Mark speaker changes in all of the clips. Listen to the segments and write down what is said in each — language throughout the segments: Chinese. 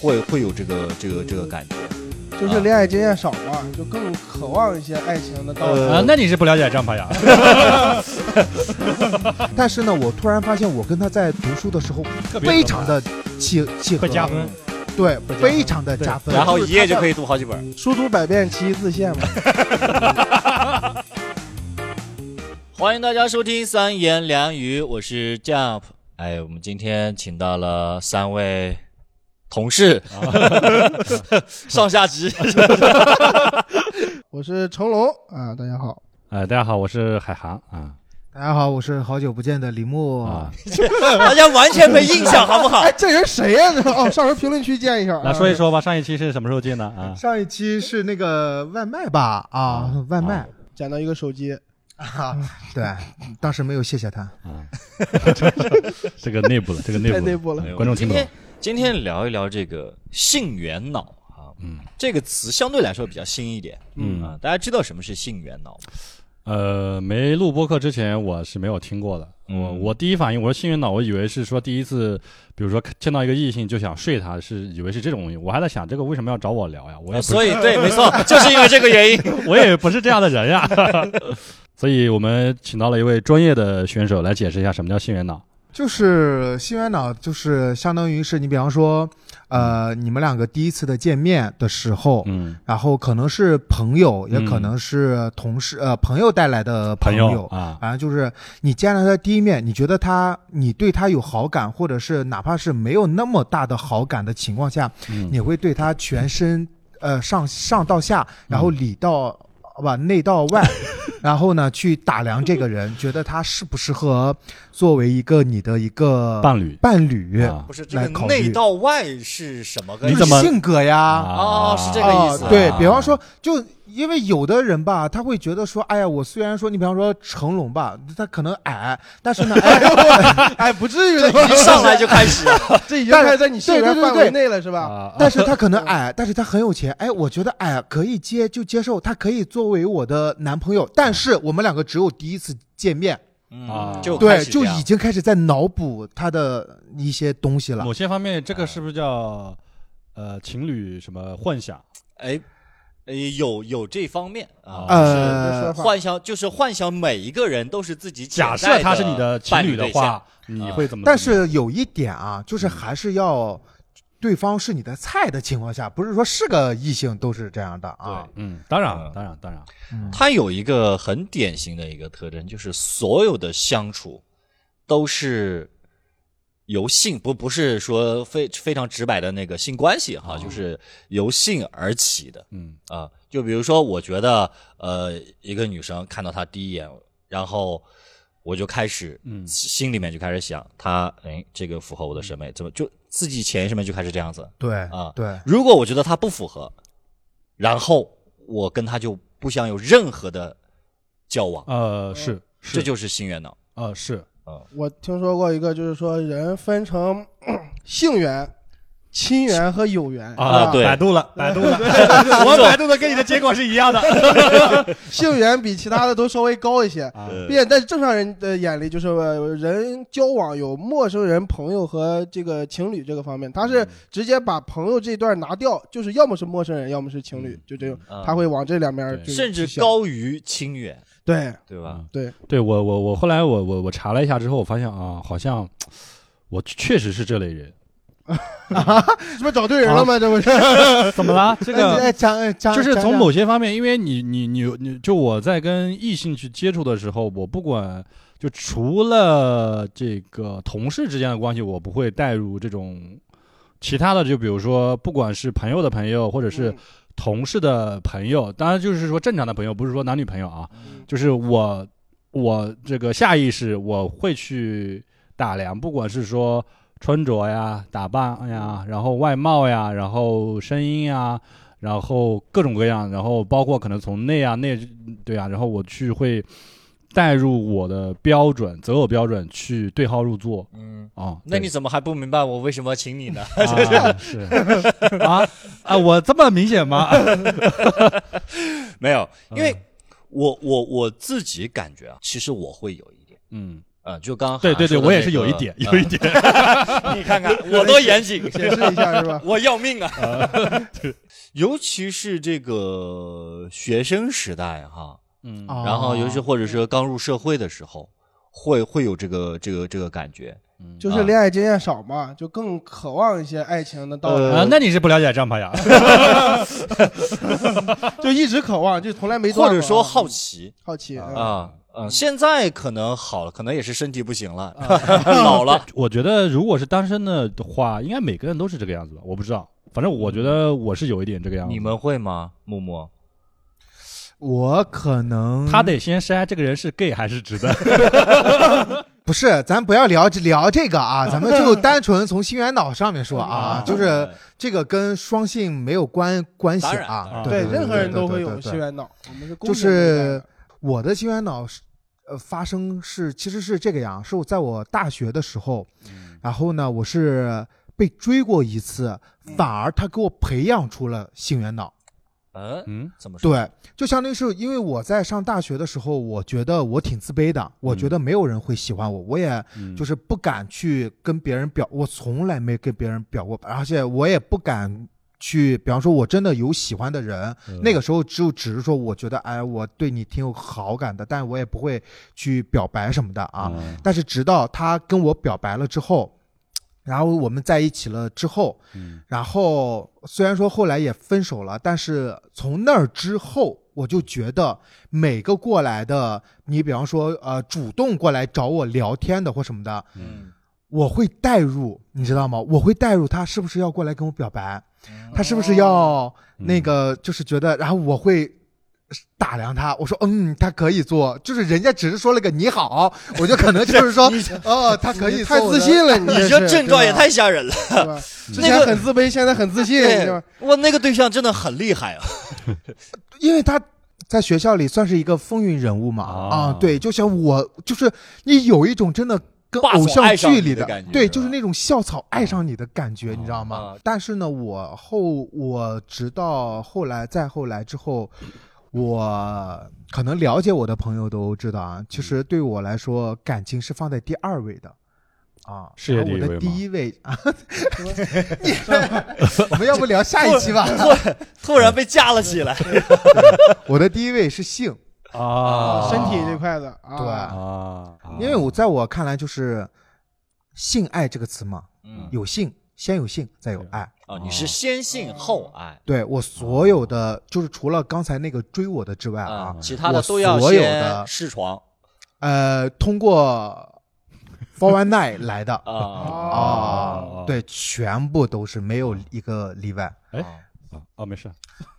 Speaker 1: 会会有这个这个这个感觉。
Speaker 2: 就是恋爱经验少嘛，就更渴望一些爱情的道理。
Speaker 1: 呃
Speaker 3: 啊，那你是不了解张博洋，
Speaker 4: 但是呢，我突然发现我跟他在读书的时候
Speaker 3: 特别
Speaker 4: 非常的契契合，
Speaker 3: 会加分，
Speaker 4: 对
Speaker 3: 会加，分
Speaker 4: 非常的
Speaker 3: 对
Speaker 4: 加分。
Speaker 1: 然后一页就可
Speaker 4: 以。
Speaker 1: 以读好几本。
Speaker 2: 书读百遍，其义自现嘛。
Speaker 1: 欢迎大家收听三言两语，我是 Jump。哎，我们今天请到了三位同 事，上下级。
Speaker 2: 我是成龙啊，大家好。
Speaker 3: 呃，大家好，我是海航啊，
Speaker 4: 大家好，我是好久不见的李牧。
Speaker 3: 啊，
Speaker 1: 大家完全没印象，好不好
Speaker 2: 哎，？这人谁呀、 这哦，上回评论区见一下。啊
Speaker 3: 来说一。说吧，上一期是什么时候进的啊？
Speaker 4: 上一期是那个外卖吧？啊，外卖。
Speaker 2: 捡到一个手机，
Speaker 4: 啊，对，当时没有谢谢他。
Speaker 3: 啊，这个内部了，这个内
Speaker 2: 太
Speaker 3: 部
Speaker 2: 内
Speaker 3: 了，
Speaker 2: 部了。
Speaker 1: 哎
Speaker 3: 观众听
Speaker 1: 今
Speaker 3: 不懂
Speaker 1: 天。今天聊一聊这个性缘脑啊，
Speaker 3: 嗯，
Speaker 1: 这个词相对来说比较新一点，
Speaker 3: 嗯
Speaker 1: 啊，大家知道什么是性缘脑吗？
Speaker 3: 呃，没录播客之前，我是没有听过的。
Speaker 1: 嗯
Speaker 3: 我我第一反应，我说幸运脑，我以为是说第一次，比如说见到一个异性就想睡他，是以为是这种东西。我还在想，这个为什么要找我聊呀？我也
Speaker 1: 啊
Speaker 3: 不是
Speaker 1: 所以对，没错，就是因为这个原因。
Speaker 3: 我也不是这样的人呀。 所以我们请到了一位专业的选手来解释一下什么叫性缘脑。
Speaker 4: 就是心猿脑，就是相当于是你，比方说，呃，你们两个第一次的见面的时候，
Speaker 3: 嗯，
Speaker 4: 然后可能是朋友，也
Speaker 3: 嗯
Speaker 4: 可能是同事，呃，朋友带来的
Speaker 3: 朋
Speaker 4: 友，
Speaker 3: 啊，
Speaker 4: 反正就是你见了他第一面，你觉得他，你对他有好感，或者是哪怕是没有那么大的好感的情况下，
Speaker 3: 嗯
Speaker 4: 你会对他全身，呃，上上到下，然
Speaker 3: 嗯
Speaker 4: 后里到。好吧，内到 外，然后呢，去打量这个人，觉得他适不适合作为一个你的一个
Speaker 3: 伴侣
Speaker 4: 伴侣，
Speaker 3: 啊
Speaker 1: 不是这个
Speaker 4: 来考虑
Speaker 1: 内到外是什么个意
Speaker 4: 就
Speaker 1: 思
Speaker 3: 你怎
Speaker 4: 是
Speaker 3: 么
Speaker 4: 性格
Speaker 3: 啊
Speaker 4: 呀？
Speaker 1: 哦是这个意思
Speaker 4: 啊对
Speaker 1: 啊
Speaker 4: 比方说，就因为有的人吧，他会觉得说，哎呀，我虽然说，你比方说成龙吧，他可能矮，但是呢，哎，
Speaker 2: 哎，不至于
Speaker 1: 这
Speaker 2: 的，
Speaker 1: 一上来就开始，
Speaker 2: 这已经开始在你性
Speaker 4: 对
Speaker 2: 缘
Speaker 4: 对对
Speaker 2: 范
Speaker 4: 对
Speaker 2: 围内了，是吧？
Speaker 3: 啊，
Speaker 4: 但是他可能矮，但是他很有钱，哎，我觉得矮可以接就接受，他可以作为我的男朋友，但是我们两个只有第一次见面，
Speaker 1: 嗯
Speaker 3: 啊，
Speaker 1: 就开
Speaker 4: 对，
Speaker 1: 始
Speaker 4: 就
Speaker 1: 这样
Speaker 4: 已经开始在脑补他的一些东西了
Speaker 3: 某。些方面，这个是不是叫呃情侣什么幻想？
Speaker 1: 哎，哎有有这方面啊，
Speaker 2: 别说
Speaker 4: 呃，
Speaker 2: 话
Speaker 1: 幻想就是幻想每一个人都是自己
Speaker 3: 假
Speaker 1: 设
Speaker 3: 设他是你的情
Speaker 1: 侣
Speaker 3: 侣的
Speaker 1: 对象，
Speaker 3: 话，你会怎么？
Speaker 4: 但是有一点啊，就是还是要。对方是你的菜的情况下，不是说是个异性都是这样的啊。
Speaker 3: 嗯，
Speaker 1: 嗯
Speaker 3: 当然，当然，当然，
Speaker 1: 它有一个很典型的一个特征，就是所有的相处都是由性不不是说非非常直白的那个性关系哈，就是由性而起的
Speaker 3: 嗯
Speaker 1: 啊、就比如说，我觉得呃，一个女生看到她第一眼，然后我就开始
Speaker 3: 嗯
Speaker 1: 心里面就开始想，她哎，这个符合我的审美，怎么就自己潜意识里面就开始这样子
Speaker 4: 对
Speaker 1: 啊
Speaker 4: 对，
Speaker 1: 如果我觉得他不符合，然后我跟他就不想有任何的交往，
Speaker 3: 呃，是是，
Speaker 1: 这就是心猿脑。
Speaker 3: 呃是
Speaker 2: 我听说过一个，就是说人分成 性缘、亲缘和友缘
Speaker 1: 啊
Speaker 2: 是吧
Speaker 1: 对
Speaker 3: 百度了，百度了，我百度的跟你的结果是一样的。
Speaker 2: 性缘比其他的都稍微高一 些。
Speaker 3: 啊
Speaker 1: 呃
Speaker 2: 并且在正常人的眼里，就是呃人交往有陌生人、朋友和这个情侣这个方面，他是直接把朋友这段拿掉，就是要么是陌生人，要么是情侣，就这种，
Speaker 1: 嗯
Speaker 2: 他会往这两边
Speaker 3: 对
Speaker 2: 就
Speaker 1: 甚至
Speaker 2: 去想
Speaker 1: 高于亲缘，
Speaker 2: 对
Speaker 1: 对
Speaker 3: 嗯
Speaker 1: 吧？
Speaker 3: 对我我我后来我我我查了一下之后，我发现啊，好像我确实是这类人。
Speaker 2: 这不找对人了吗？ 这不是
Speaker 3: 怎么啦？这个
Speaker 4: 哎哎讲哎讲
Speaker 3: 就是
Speaker 4: 讲
Speaker 3: 从
Speaker 4: 讲
Speaker 3: 某些方面，因为你你你你，就我在跟异性去接触的时候，我不管就除了这个同事之间的关系，我不会带入这种其他的，就比如说不管是朋友的朋友，或者
Speaker 4: 嗯
Speaker 3: 是同事的朋友，当然就是说正常的朋友，不是说男女朋友啊，
Speaker 2: 嗯
Speaker 3: 就是我我这个下意识我会去打量，不管是说穿着呀、打扮呀，然后外貌呀，然后声音呀，然后各种各样，然后包括可能从内啊内对啊，然后我去会带入我的标准择偶标准去对号入座
Speaker 1: 嗯，
Speaker 3: 啊。
Speaker 1: 那你
Speaker 3: 对
Speaker 1: 怎么还不明白我为什么请你呢？
Speaker 3: 啊是啊啊，我这么明显 吗？
Speaker 1: 没有，因为我我我自己感觉啊，其实我会有一点，
Speaker 3: 嗯
Speaker 1: 嗯，就刚刚
Speaker 3: 对对对，
Speaker 1: 说的
Speaker 3: 我也
Speaker 1: 那
Speaker 3: 是有一
Speaker 1: 个
Speaker 3: 点，
Speaker 1: 嗯
Speaker 3: 有一点。
Speaker 1: 你看 看，我多严谨，
Speaker 2: 解释一下 是吧？
Speaker 1: 我要命啊！ 尤其是这个学生时代哈，
Speaker 3: 嗯
Speaker 4: 哦
Speaker 1: 然后尤其或者是刚入社会的时候，会会有这个这个这个感觉。
Speaker 2: 就是恋爱经验少嘛，就更渴望一些爱情的到来，
Speaker 3: 啊，那你是不了解张博呀？
Speaker 2: 就一直渴望，就从来没断
Speaker 1: 或
Speaker 2: 过
Speaker 1: 者说好奇
Speaker 2: 好奇
Speaker 1: 啊。
Speaker 2: 啊，
Speaker 1: 啊嗯，现在可能好了，可能也是身体不行 了，老了。
Speaker 3: 我觉得如果是单身的话，应该每个人都是这个样子吧？我不知道，反正我觉得我是有一点这个样
Speaker 1: 嗯
Speaker 3: 子。
Speaker 1: 你们会吗，木木？
Speaker 4: 我可能
Speaker 3: 他得先筛这个人是 gay 还是直的，
Speaker 4: 不是，咱不要聊聊这 个啊，咱们就单纯从性缘脑上面说啊，
Speaker 1: 嗯
Speaker 4: 就是这个跟双性没有关关系
Speaker 1: 当然当
Speaker 4: 啊
Speaker 1: 然，
Speaker 2: 对，
Speaker 4: 对，
Speaker 2: 任何人都会
Speaker 4: 对
Speaker 2: 有
Speaker 4: 对对
Speaker 2: 心猿脑，我们是公
Speaker 4: 就
Speaker 2: 民时
Speaker 4: 是我的心源脑是呃发生是其实是这个样，是我在我大学的时候，
Speaker 1: 嗯
Speaker 4: 然后呢我是被追过一次，反而他给我培养出了性缘脑。
Speaker 1: 嗯，
Speaker 3: 嗯，
Speaker 1: 怎么说？
Speaker 4: 对，就相当于是因为我在上大学的时候，我觉得我挺自卑的，我觉
Speaker 3: 嗯
Speaker 4: 得没有人会喜欢我，我也就是是不敢去跟别人表，我从来没跟别人表过白，而且我也不敢去，比方说我真的有喜欢的人，那个时候就只是说，我觉得哎，我对你挺有好感的，但我也不会去表白什么的啊。
Speaker 3: 嗯
Speaker 4: 但是直到他跟我表白了之后，然后我们在一起了之后，
Speaker 3: 嗯
Speaker 4: 然后虽然说后来也分手了，但是从那儿之后，我就觉得每个过来的，你比方说呃主动过来找我聊天的或什么的，
Speaker 1: 嗯，
Speaker 4: 我会代入，你知道吗？我会代入他是不是要过来跟我表白，
Speaker 1: 嗯
Speaker 4: 他是不是要那
Speaker 2: 哦
Speaker 4: 个就是觉得，然后我会打量他，我说嗯，他可以做，就是人家只是说了个你好，我就可能就是说哦，他可以
Speaker 2: 代表，太
Speaker 4: 做我
Speaker 2: 自
Speaker 4: 的
Speaker 2: 信了，你
Speaker 1: 你这症状也太吓人 了。
Speaker 2: 是吧嗯之
Speaker 1: 那
Speaker 2: 前
Speaker 1: 个
Speaker 2: 很自卑，现在很自信，是吧？
Speaker 1: 我那个对象真的很厉害啊。
Speaker 4: 因为他在学校里算是一个风云人物嘛，
Speaker 3: 啊
Speaker 4: 啊，对，就像我，就是你有一种真的跟
Speaker 1: 霸总
Speaker 4: 偶像剧
Speaker 1: 爱上
Speaker 4: 里
Speaker 1: 你的感觉
Speaker 4: 对，
Speaker 1: 是吧
Speaker 4: 就是那种校草爱上你的感觉，你知道吗
Speaker 1: 啊？
Speaker 4: 但是呢，我后我直到后来再后来之后，我可能了解我的朋友都知道啊，其实对我来说，感情是放在第二位的。啊，
Speaker 3: 事业
Speaker 4: 然后我的
Speaker 3: 第
Speaker 4: 第一位啊，你 我们要不聊下一期 吧？
Speaker 1: 突然被架了起 来。
Speaker 4: 我的第一位是性，
Speaker 3: 啊，
Speaker 2: 身体这块的啊，
Speaker 3: 啊，
Speaker 4: 因为我在我看来就是“性爱”这个词嘛，
Speaker 1: 嗯
Speaker 4: 有性先有性再有爱。
Speaker 1: 啊，你是先性后爱
Speaker 4: 对我所有的就是除了刚才那个追我的之外啊
Speaker 1: 哦啊，，其他的都要
Speaker 4: 我所有
Speaker 1: 先
Speaker 4: 的
Speaker 1: 试床
Speaker 4: 呃通过 Four One Nine 来的
Speaker 2: 哦
Speaker 1: 啊。
Speaker 4: 啊，对，全部都是没有一个例外
Speaker 3: 啊啊，没事，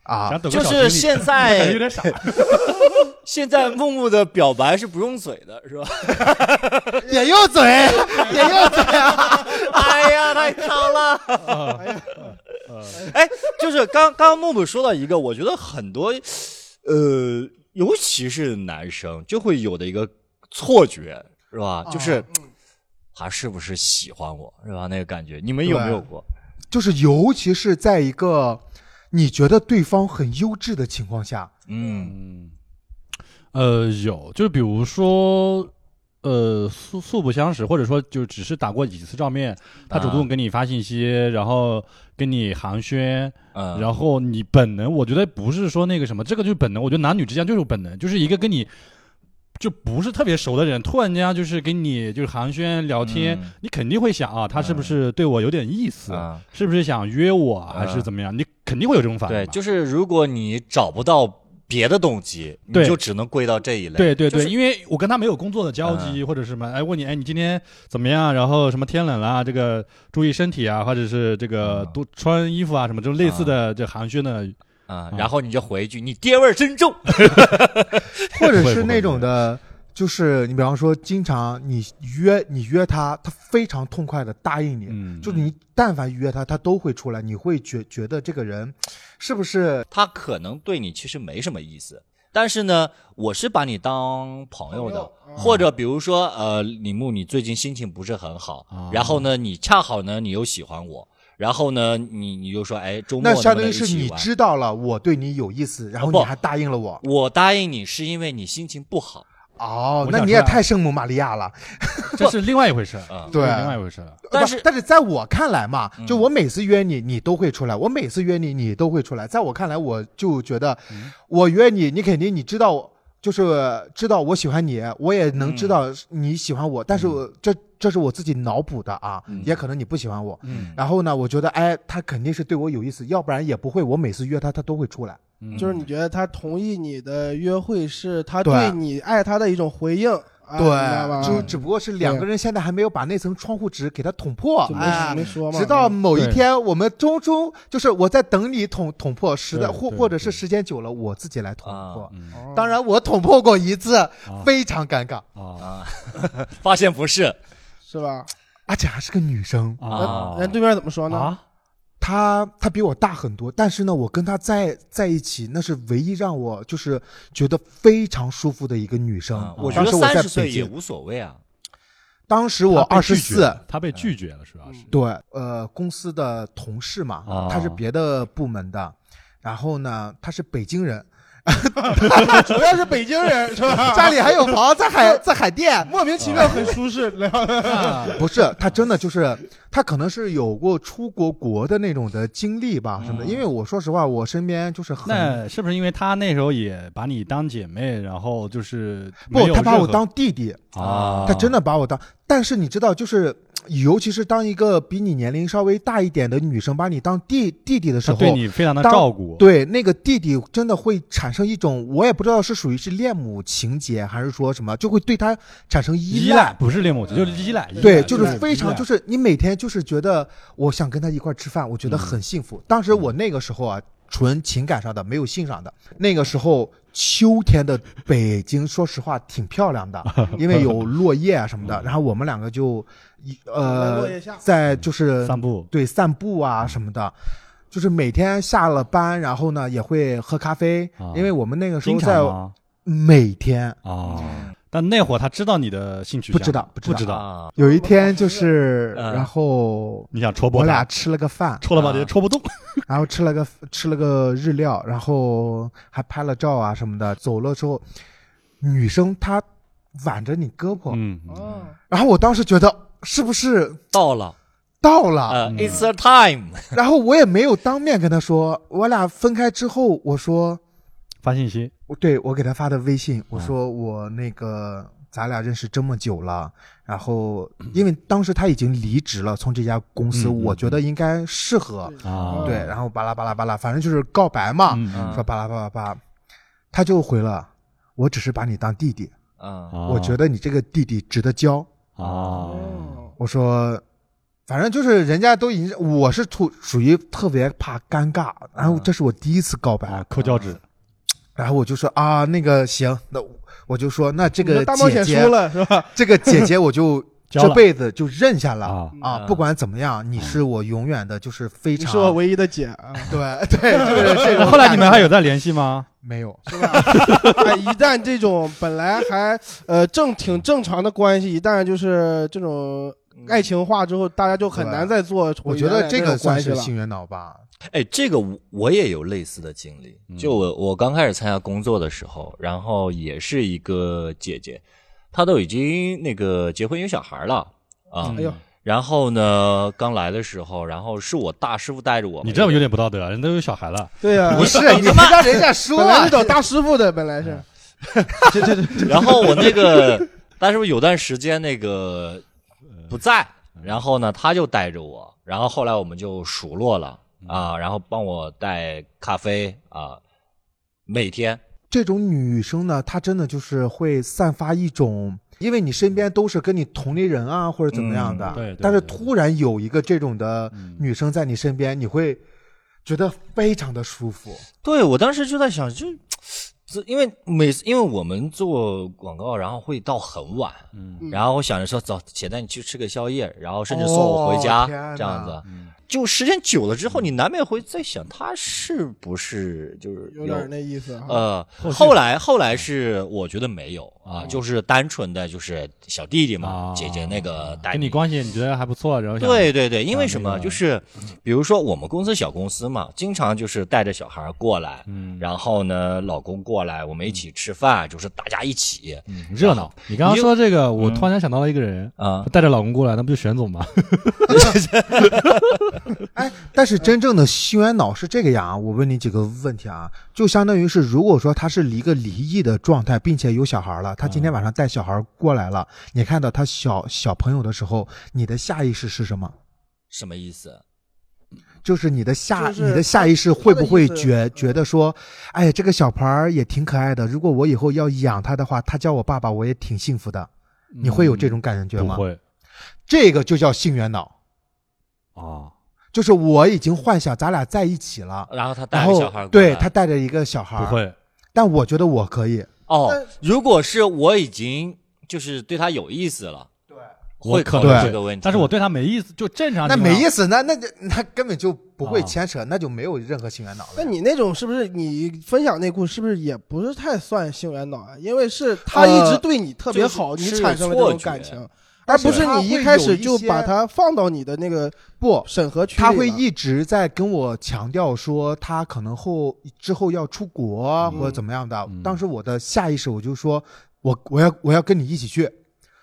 Speaker 4: 啊
Speaker 3: 想。等个
Speaker 1: 就
Speaker 3: 小
Speaker 1: 是现
Speaker 3: 情侣 有
Speaker 1: 在，
Speaker 3: 点傻，
Speaker 1: 现在木木的表白是不用嘴的，是吧？
Speaker 4: 也用嘴， 也用嘴啊！
Speaker 1: 哎呀，太好了！哎，就是刚刚木木说到一个，我觉得很多，呃，尤其是男生就会有的一个错觉，是吧？就是他是不是喜欢我，是吧？那个感觉，你们有没有过？
Speaker 4: 就是尤其是在一个你觉得对方很优质的情况下，
Speaker 1: 嗯
Speaker 3: 嗯，呃，有，就是比如说，呃，素素不相识，或者说就只是打过几次照面，他主
Speaker 1: 啊
Speaker 3: 动给你发信息，然后跟你寒暄，
Speaker 1: 嗯，
Speaker 3: 然后你本能，我觉得不是说那个什么，这个就是本能，我觉得男女之间就是有本能，就是一个跟你。就不是特别熟的人，突然间就是跟你就是寒暄聊天，
Speaker 1: 嗯
Speaker 3: 你肯定会想啊，他是不是对我有点意思，
Speaker 1: 啊
Speaker 3: 是不是想约我啊还是
Speaker 1: 嗯
Speaker 3: 怎么样？你肯定会有这种反应
Speaker 1: 对，
Speaker 3: 吧。
Speaker 1: 就是如果你找不到别的动机，你
Speaker 3: 对
Speaker 1: 就只能归到这一类。
Speaker 3: 对对
Speaker 1: 就
Speaker 3: 对，
Speaker 1: 是嗯
Speaker 3: 因为我跟他没有工作的交集，或者什么，哎，问你，哎，你今天怎么样？然后什么天冷了、啊这个注意身体啊，或者是这个
Speaker 1: 嗯
Speaker 3: 多穿衣服啊，什么，就类似的这寒暄的，
Speaker 1: 啊，然后你就回一句：“你爹味儿真重。
Speaker 4: 或者
Speaker 3: 会
Speaker 4: 是
Speaker 3: 不
Speaker 4: 那
Speaker 3: 会
Speaker 4: 种的，就是你比方说，经常你约你约他，他非常痛快的答应你，
Speaker 3: 嗯，
Speaker 4: 就是你但凡约他，他都会出来，你会觉觉得这个人是不是”
Speaker 1: 他可能对你其实没什么意思，但是呢，我是把你当朋友的
Speaker 2: 朋友。嗯
Speaker 1: 或者比如说，呃，李牧，你最近心情不是很好，
Speaker 3: 啊
Speaker 1: 然后呢，你恰好呢，你又喜欢我，然后呢，你你就说，哎，周末
Speaker 4: 那相
Speaker 1: 能不
Speaker 4: 当于
Speaker 1: 能
Speaker 4: 是
Speaker 1: 一起
Speaker 4: 你
Speaker 1: 玩
Speaker 4: 知
Speaker 3: 哦
Speaker 4: 道了我对你有意思，然后你
Speaker 1: 不
Speaker 4: 还答应了我
Speaker 1: 我答应你是因为你心情不好
Speaker 4: 哦
Speaker 3: 我，
Speaker 4: 那
Speaker 3: 想
Speaker 4: 你
Speaker 3: 说
Speaker 4: 也
Speaker 3: 啊
Speaker 4: 太圣母玛利亚了。
Speaker 3: 这是另外一回事，
Speaker 1: 啊，
Speaker 4: 对
Speaker 3: 这是另外一回事了。
Speaker 1: 但
Speaker 4: 不
Speaker 1: 是
Speaker 4: 但是在我看来嘛，就
Speaker 1: 嗯
Speaker 4: 我每次约你，你都会出来；我每次约你，你都会出来。在我看来，我就觉得
Speaker 3: 嗯，
Speaker 4: 我约你，你肯定你知道，就是知道我喜欢你，我也能
Speaker 1: 嗯
Speaker 4: 知道你喜欢我。但是我这这是我自己脑补的啊，
Speaker 1: 嗯
Speaker 4: 也可能你不喜欢我。
Speaker 3: 嗯
Speaker 4: 然后呢，我觉得哎，他肯定是对我有意思，要不然也不会我每次约他，他都会出来。
Speaker 3: 嗯
Speaker 2: 就是你觉得他同意你的约会是他
Speaker 4: 对
Speaker 2: 对你爱他的一种回应，啊、明白吧？
Speaker 4: 对，就只不过是两个人现在还没有把那层窗户纸给它捅破
Speaker 2: 就，没、
Speaker 4: 哎，
Speaker 2: 没说嘛。
Speaker 4: 直到某一
Speaker 3: 对
Speaker 4: 天，我们终终就是我在等你捅捅破，实在
Speaker 3: 对
Speaker 4: 或
Speaker 3: 对
Speaker 4: 或者是
Speaker 3: 对
Speaker 4: 时间久了，我自己来捅破。
Speaker 3: 嗯
Speaker 2: 哦
Speaker 4: 当然，我捅破过一次，
Speaker 3: 啊
Speaker 4: 非常尴尬，
Speaker 3: 啊
Speaker 1: 啊， 发现不是
Speaker 2: 是吧？
Speaker 4: 而且还是个女生，
Speaker 1: 啊
Speaker 2: 人对面怎么说呢？
Speaker 3: 啊！
Speaker 4: 她她比我大很多，但是呢，我跟她在在一起，那是唯一让我就是觉得非常舒服的一个女生。
Speaker 1: 啊，我觉
Speaker 4: 当
Speaker 1: 得
Speaker 4: 时我在
Speaker 1: 三十岁
Speaker 4: 北
Speaker 1: 也
Speaker 4: 京，
Speaker 1: 无所谓啊，
Speaker 4: 当时我
Speaker 3: 他
Speaker 4: 二
Speaker 3: 被
Speaker 4: 十
Speaker 3: 拒绝
Speaker 4: 四
Speaker 3: 了。，他被拒绝了，主要是
Speaker 2: 嗯
Speaker 4: 对，呃，公司的同事嘛，
Speaker 3: 啊
Speaker 4: 他是别的部门的，然后呢，他是北 京人，主要是北京人是吧？家里还有房，在海在海淀，
Speaker 2: 莫名其妙很舒适，然后
Speaker 4: 不是他真的就是他可能是有过出国国的那种的经历吧什么的，因为我说实话，我身边就是
Speaker 3: 哦
Speaker 4: 很。
Speaker 3: 那是不是因为他那时候也把你当姐妹，然后就是没
Speaker 4: 不，
Speaker 3: 有
Speaker 4: 他把
Speaker 3: 任
Speaker 4: 我
Speaker 3: 何
Speaker 4: 当弟弟，
Speaker 3: 啊，
Speaker 4: 他真的把我当。但是你知道，就是尤其是当一个比你年龄稍微大一点的女生把你当弟弟弟的时
Speaker 3: 他
Speaker 4: 候，
Speaker 3: 对你非常的
Speaker 4: 当
Speaker 3: 照顾，
Speaker 4: 对，那个弟弟真的会产生一种，我也不知道是属于是恋母情节，还是说什么，就会对他产生依
Speaker 3: 依
Speaker 4: 赖。
Speaker 3: 赖不是恋母情，就是依赖，依
Speaker 4: 对，
Speaker 3: 赖
Speaker 4: 就
Speaker 3: 依
Speaker 4: 是
Speaker 3: 赖
Speaker 4: 非
Speaker 3: 依
Speaker 4: 常，
Speaker 3: 赖
Speaker 4: 就是你每天就是觉得我想跟他一块儿吃饭，我觉得
Speaker 3: 嗯
Speaker 4: 很幸福。当时我那个时候啊，纯情感上的，没有性上的。那个时候秋天的北京，说实话挺漂 亮的，因为有落叶啊什么的。然后我们两个就一
Speaker 2: 在
Speaker 4: 呃
Speaker 2: 落叶下，
Speaker 4: 在就是
Speaker 3: 散步，
Speaker 4: 对散步
Speaker 3: 嗯
Speaker 4: 啊什么的，就是每天下了班，然后呢也会喝咖啡，
Speaker 3: 啊
Speaker 4: 因为我们那个时
Speaker 3: 经
Speaker 4: 候
Speaker 3: 常
Speaker 4: 在
Speaker 3: 吗
Speaker 4: 每天。
Speaker 3: 啊。但那会儿他知道你的兴趣，
Speaker 4: 不知道
Speaker 3: 不
Speaker 4: 不知道
Speaker 3: 知道。
Speaker 1: 啊，
Speaker 4: 有一天就是，
Speaker 3: 呃
Speaker 1: 嗯
Speaker 4: 然后
Speaker 3: 你想戳破
Speaker 4: 我俩
Speaker 3: 他，
Speaker 4: 吃了个饭，
Speaker 3: 戳了半
Speaker 1: 啊
Speaker 3: 天戳不动。
Speaker 4: 然后吃了个吃了个日料，然后还拍了照啊什么的。走了之后，女生她挽着你胳膊，
Speaker 3: 嗯，
Speaker 2: 哦，
Speaker 4: 然后我当时觉得是不是
Speaker 1: 到了，
Speaker 4: 到了？
Speaker 1: 呃
Speaker 3: 嗯
Speaker 1: ，It's a time，
Speaker 4: 然后我也没有当面跟她说，我俩分开之后，我说，
Speaker 3: 发信息，
Speaker 4: 我对我给她发的微信，
Speaker 3: 嗯
Speaker 4: 我说我那个咱俩认识这么久了，然后因为当时她已经离职了，从这家公司，
Speaker 3: 嗯嗯
Speaker 4: 我觉得应该适
Speaker 2: 哦
Speaker 4: 合，
Speaker 3: 啊
Speaker 4: 对，然后巴拉巴拉巴拉，反正就是告白嘛，
Speaker 3: 嗯嗯
Speaker 4: 说巴拉巴拉巴拉，他就回了，我只是把你当弟弟，
Speaker 1: 嗯
Speaker 3: 啊
Speaker 4: 我觉得你这个弟弟值得交。
Speaker 3: 啊，
Speaker 2: 哦，
Speaker 4: 我说，反正就是人家都已经，我是处属于特别怕尴尬，然
Speaker 3: 嗯
Speaker 4: 后这是我第一次告白，
Speaker 3: 啊，抠脚趾，
Speaker 4: 然后我就说啊，那个行，那我我就说那这
Speaker 2: 你
Speaker 4: 个
Speaker 2: 的大冒
Speaker 4: 姐
Speaker 2: 险
Speaker 4: 姐
Speaker 2: 输，了是吧？
Speaker 4: 这个姐姐 我就
Speaker 3: 交了
Speaker 4: 这辈子就认下了
Speaker 3: 啊
Speaker 1: 嗯
Speaker 4: 不管怎么样，你是我永远的，就是非
Speaker 2: 你
Speaker 4: 常
Speaker 2: 是我唯一的姐啊，
Speaker 4: 对对，就是 这 种
Speaker 3: 哎后来你们还
Speaker 4: 感觉
Speaker 3: 有在联系吗？
Speaker 4: 没有？
Speaker 2: 是吧？ 哎一旦这种本来还呃正挺正常的关系，一旦就是这种爱，情化之后，大家就很难再做回
Speaker 4: 我觉得这
Speaker 2: 原来
Speaker 4: 个
Speaker 2: 那种关
Speaker 4: 算
Speaker 2: 系
Speaker 4: 是
Speaker 2: 了。
Speaker 4: 性缘脑 吧，
Speaker 1: 哎，这个我我也有类似的经历，
Speaker 4: 嗯
Speaker 1: 就我我刚开始参加工作的时候，然后也是一个姐姐，她都已经那个结婚有小孩了啊，
Speaker 4: 嗯
Speaker 2: 哎呦，
Speaker 1: 然后呢，刚来的时候，然后是我大师傅带着我们，
Speaker 3: 你这有点不道德，人都有小孩了，
Speaker 2: 对呀、
Speaker 4: 不是啊嗯你没让人家说
Speaker 2: 本来
Speaker 4: 啊
Speaker 2: 是，找大师傅的，本来是。这这 这，
Speaker 1: 然后我那个大师傅有段时间那个不在，然后呢他就带着我，然后后来我们就熟络了
Speaker 3: 嗯
Speaker 1: 啊，然后帮我带咖啡啊，每天
Speaker 4: 这种女生呢，她真的就是会散发一种，因为你身边都是跟你同龄人啊，或者怎么样的，
Speaker 3: 嗯对对
Speaker 4: 但是
Speaker 3: 对对
Speaker 4: 突然有一个这种的
Speaker 2: 嗯
Speaker 4: 女生在你身边，你会觉得非常的舒服。
Speaker 1: 对我当时就在想，就这因为每次因为我们做广告，然后会到很晚，
Speaker 3: 嗯
Speaker 1: 然后我想着说走，姐带你去吃个宵夜，然后甚至送我回家、
Speaker 4: 哦天哪
Speaker 1: 这样子。
Speaker 3: 嗯
Speaker 1: 就时间久了之后，你难免会在想，他是不是就是
Speaker 2: 有点那意思哈。
Speaker 1: 呃，
Speaker 3: 后续
Speaker 1: 后来后来是我觉得没有啊，
Speaker 3: 嗯
Speaker 1: 就是单纯的就是小弟弟嘛，
Speaker 3: 啊
Speaker 1: 姐姐那个带
Speaker 3: 跟你
Speaker 1: 你。
Speaker 3: 关系你觉得还不错，然后想
Speaker 1: 对对对，因为
Speaker 3: 啊
Speaker 1: 什
Speaker 3: 那
Speaker 1: 么？
Speaker 3: 个
Speaker 1: 就是比如说我们公司小公司嘛，经常就是带着小孩过来，
Speaker 3: 嗯
Speaker 1: 然后呢，老公过过来，我们一起吃饭，就是大家一起
Speaker 3: 嗯热闹。你刚刚说这个，我突然想到了一个人，
Speaker 1: 啊，
Speaker 3: 带着老公过来，那不就玄总吗？
Speaker 4: 哎，但是真正的心猿脑是这个样啊。我问你几个问题啊，就相当于是，如果说他是一个离异的状态，并且有小孩了，他今天晚上带小孩过来了，你看到他小小朋友的时候，你的下意识是什么？
Speaker 1: 什么意思？
Speaker 4: 就是你的下、
Speaker 2: 就是
Speaker 4: 你的下意识会不会
Speaker 2: 他的意思
Speaker 4: 觉觉得说，哎呀，这个小孩儿也挺可爱的，如果我以后要养他的话，他叫我爸爸，我也挺幸福的。
Speaker 3: 嗯
Speaker 4: 你会有这种感觉
Speaker 3: 不
Speaker 4: 吗？
Speaker 3: 会
Speaker 4: 这个就叫性缘脑，
Speaker 3: 啊？
Speaker 4: 就是我已经幻想咱俩在一起了，
Speaker 1: 然后他带
Speaker 4: 然
Speaker 1: 着
Speaker 4: 后
Speaker 1: 小孩过来，
Speaker 4: 对他带着一个小孩，
Speaker 3: 不，会，
Speaker 4: 但我觉得我可以。
Speaker 1: 哦，如果是我已经就是对他有意思了，
Speaker 4: 对，
Speaker 1: 会考虑
Speaker 4: 对
Speaker 1: 这个问题，
Speaker 3: 但是我对他没意思，就正常
Speaker 4: 那
Speaker 3: 情况
Speaker 4: 没
Speaker 3: 下。
Speaker 4: 意思，那那就那根本就不会
Speaker 3: 啊
Speaker 4: 牵扯，那就没有任何性缘脑了。
Speaker 2: 那你那种是不是你分享那故事是不是也不是太算性缘脑啊？因为
Speaker 4: 呃
Speaker 2: 是他一直对你特别好，
Speaker 1: 呃就
Speaker 2: 你
Speaker 1: 是
Speaker 2: 产生了这
Speaker 1: 是错
Speaker 2: 种
Speaker 1: 觉
Speaker 2: 感情，而
Speaker 4: 但
Speaker 2: 不是
Speaker 4: 他
Speaker 2: 你
Speaker 4: 会
Speaker 2: 一开
Speaker 4: 有
Speaker 2: 始就
Speaker 4: 些
Speaker 2: 把它放到你的那个
Speaker 4: 不
Speaker 2: 审核区里了。
Speaker 4: 他会一直在跟我强调说他可能后之后要出国啊
Speaker 2: 嗯
Speaker 4: 或者怎么样的。
Speaker 3: 嗯
Speaker 4: 当时我的下意识我就说，我我要我要跟你一起去，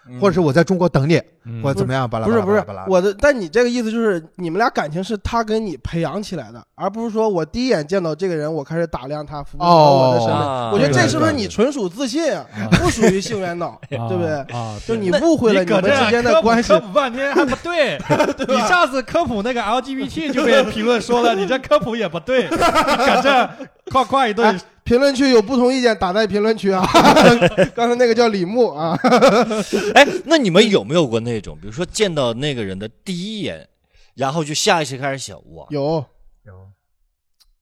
Speaker 1: 嗯
Speaker 4: 或者是我在中国等你，
Speaker 3: 嗯
Speaker 4: 或者怎么样？巴拉
Speaker 2: 不是
Speaker 4: 巴拉
Speaker 2: 不是
Speaker 4: 巴拉巴拉
Speaker 2: 我的，但你这个意思就是你们俩感情是他跟你培养起来的，而不是说我第一眼见到这个人，我开始打量他，符合我的审美。
Speaker 1: 哦
Speaker 2: 我觉得
Speaker 3: 对
Speaker 2: 这
Speaker 3: 对
Speaker 2: 是不是
Speaker 4: 对
Speaker 2: 你纯属自信啊？
Speaker 3: 啊
Speaker 2: 不属于性缘脑，
Speaker 3: 啊
Speaker 2: 对不对？
Speaker 3: 啊，
Speaker 2: 就
Speaker 3: 对
Speaker 2: 你误会了
Speaker 3: 你
Speaker 2: 你们
Speaker 3: 搁这
Speaker 2: 之间
Speaker 3: 科
Speaker 2: 的
Speaker 3: 普
Speaker 2: 关系
Speaker 3: 科。普半天还不对，你上次科普那个 LGBT 就被评论说了，你这科普也不对，你搁这 夸夸一顿
Speaker 2: 哎，评论区有不同意见，打在评论区啊。 刚才那个叫李牧啊，
Speaker 1: 哎，那你们有没有过那种，比如说见到那个人的第一眼，然后就下意识开始想，哇，
Speaker 2: 有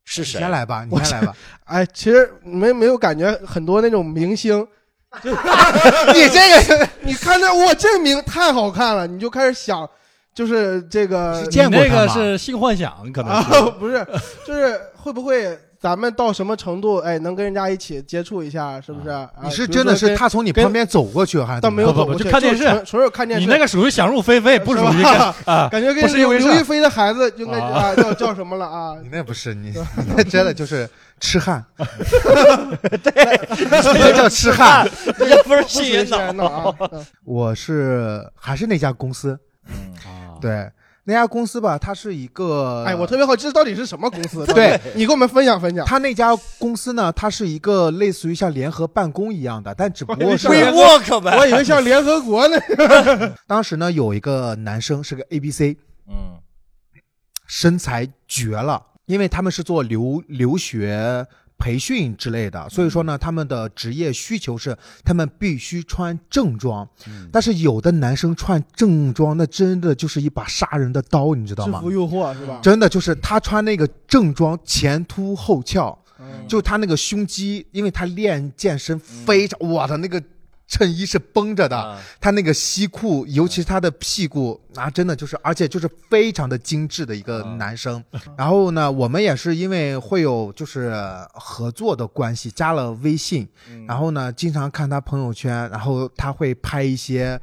Speaker 1: 是
Speaker 4: 你
Speaker 1: 谁？
Speaker 4: 先来吧，你
Speaker 2: 我
Speaker 4: 先来吧，
Speaker 2: 哎，其实没没有感觉很多那种明星，
Speaker 4: 你这个
Speaker 2: 你看那哇这名太好看了，你就开始想，就是这个
Speaker 4: 是见过
Speaker 3: 你那
Speaker 4: 他
Speaker 3: 个
Speaker 4: 吗
Speaker 3: 是性幻想，可能
Speaker 2: 啊
Speaker 3: 是，
Speaker 2: 不是，就是会不会咱们到什么程度，哎，能跟人家一起接触一下，是不是？啊
Speaker 4: 你是真的是，他从你
Speaker 2: 跟
Speaker 4: 旁边走过去还是
Speaker 2: 倒
Speaker 4: 怎么
Speaker 2: 没
Speaker 4: 样？
Speaker 2: 有
Speaker 3: 不
Speaker 2: 走
Speaker 3: 不
Speaker 2: 过
Speaker 3: 不就
Speaker 2: 去，
Speaker 3: 看电视
Speaker 2: 是纯纯属看电视。
Speaker 3: 你那个属于想入非非，不属于
Speaker 2: 是 吧
Speaker 3: 跟啊，
Speaker 2: 感觉跟
Speaker 3: 不是一
Speaker 2: 刘
Speaker 3: 回事
Speaker 2: 刘亦菲的孩子就那
Speaker 3: 啊
Speaker 2: 啊叫叫什么了啊？
Speaker 4: 你那不是你，你 那真的就是痴汉，对，这叫痴汉。
Speaker 1: 这 不是
Speaker 2: 不属
Speaker 1: 吸
Speaker 2: 于
Speaker 1: 引
Speaker 2: 校
Speaker 1: 脑
Speaker 2: 园。的 啊！嗯
Speaker 4: 我是还是那家公司，
Speaker 3: 啊
Speaker 4: 对，那家公司吧，它是一个，
Speaker 2: 哎，我特别好奇这到底是什么公司？
Speaker 4: 对，
Speaker 2: 你给我们分享分享。
Speaker 4: 他那家公司呢，它是一个类似于像联合办公一样的，但只不过是
Speaker 1: We work
Speaker 2: 我
Speaker 1: 呗。
Speaker 2: 以为像联合国呢。
Speaker 4: 当时呢有一个男生是个 A B C，
Speaker 1: 嗯
Speaker 4: 身材绝了，因为他们是做留留学培训之类
Speaker 2: 嗯
Speaker 4: 的，所以说呢，他们的职业需求是他们必须穿正装，
Speaker 3: 嗯
Speaker 4: 但是有的男生穿正装，那真的就是一把杀人的刀，你知道
Speaker 2: 制
Speaker 4: 吗
Speaker 2: 服？诱惑是吧？
Speaker 4: 真的就是他穿那个正装，前凸后翘，
Speaker 2: 嗯
Speaker 4: 就他那个胸肌，因为他练健身非常，我的那个衬衣是绷着的，
Speaker 1: 啊
Speaker 4: 他那个西裤，尤其是他的屁股啊，真的就是，而且就是非常的精致的一个男生。
Speaker 2: 嗯
Speaker 4: 然后呢，我们也是因为会有就是合作的关系，加了微信，
Speaker 1: 嗯
Speaker 4: 然后呢，经常看他朋友圈，然后他会拍一些。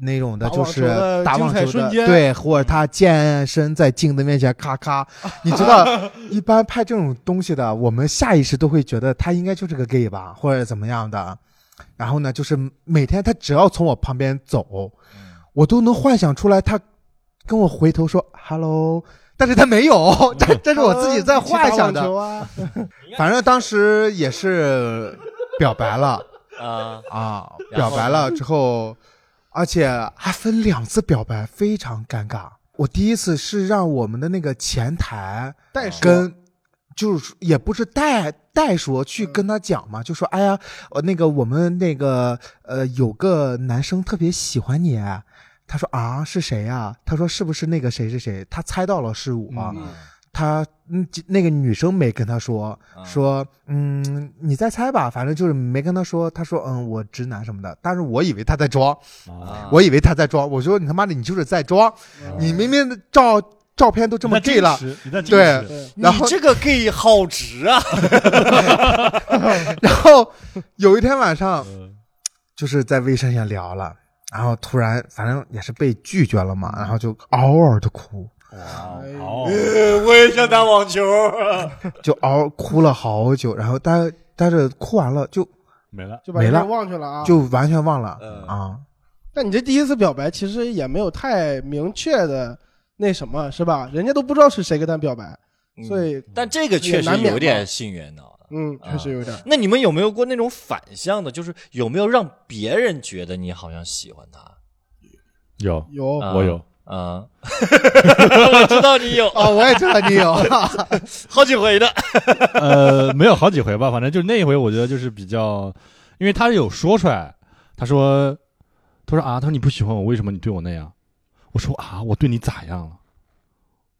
Speaker 4: 那种的
Speaker 2: 打
Speaker 4: 就
Speaker 2: 网
Speaker 4: 是
Speaker 2: 球的
Speaker 4: 打
Speaker 2: 精
Speaker 4: 网
Speaker 2: 彩
Speaker 4: 球的，
Speaker 2: 瞬间
Speaker 4: 对，或者他健身在镜子面前 咔咔，你知道，一般拍这种东西的，我们下意识都会觉得他应该就是个 gay 吧，或者怎么样的。然后呢，就是每天他只要从我旁边走，
Speaker 1: 嗯
Speaker 4: 我都能幻想出来他跟我回头说 “hello”，但是他没有， 这这是我自己在幻想
Speaker 3: 呃
Speaker 2: 一起打网
Speaker 4: 的
Speaker 2: 球。啊。
Speaker 4: 反正当时也是表 白了
Speaker 1: 啊，
Speaker 4: 啊，
Speaker 1: 然后
Speaker 4: 表白了之后，而且还分两次表白，非常尴尬。我第一次是让我们的那个前台
Speaker 2: 袋鼠
Speaker 4: 跟。就是也不是带带说去跟他讲嘛，就说哎呀，呃，那个我们那个呃有个男生特别喜欢你，他说啊是谁呀、他说是不是那个谁谁谁？他猜到了是我，
Speaker 3: 嗯
Speaker 4: 他嗯这那个女生没跟他说，
Speaker 1: 啊
Speaker 4: 说嗯你再猜吧，反正就是没跟他说。他说嗯我直男什么的，但是我以为他在装，
Speaker 1: 嗯
Speaker 3: 啊，
Speaker 4: 我以为他在装。我说你他妈的你就是在装，你明明照照片都这么 gay 了，
Speaker 3: 你在矜持，你在矜
Speaker 4: 对
Speaker 3: 持，
Speaker 2: 对
Speaker 1: 你
Speaker 4: 然后
Speaker 1: 这个 gay 好直啊！
Speaker 4: 然后有一天晚上
Speaker 3: 嗯
Speaker 4: 就是在微信上聊了，然后突然反正也是被拒绝了嘛，然后就嗷嗷的哭，
Speaker 2: 哎
Speaker 3: 哇，好，
Speaker 1: 我也想打网球。啊
Speaker 4: 就嗷哭了好久，然后但但是哭完了就
Speaker 3: 没了。
Speaker 2: 就把这
Speaker 4: 没
Speaker 2: 事
Speaker 4: 了
Speaker 2: 忘去了啊。
Speaker 4: 就完全忘了
Speaker 1: 嗯
Speaker 4: 啊。
Speaker 2: 那你这第一次表白其实也没有太明确的那什么，是吧？人家都不知道是谁跟他表白，
Speaker 1: 嗯
Speaker 2: 所以
Speaker 1: 但这个确
Speaker 2: 也难
Speaker 1: 实
Speaker 2: 免啊
Speaker 1: 有
Speaker 2: 嘛
Speaker 1: 点性缘脑的。
Speaker 2: 嗯，确实有点。
Speaker 1: 那你们有没有过那种反向的，就是有没有让别人觉得你好像喜欢他？
Speaker 3: 有，
Speaker 2: 有
Speaker 1: 啊
Speaker 3: 我有。
Speaker 1: 啊、 我知道你有
Speaker 2: 哦，我也知道你有，
Speaker 1: 好几回的。
Speaker 3: 呃，没有好几回吧，反正就是那一回，我觉得就是比较，因为他有说出来，他说，他说啊，他说你不喜欢我，为什么你对我那样？我说啊，我对你咋样了？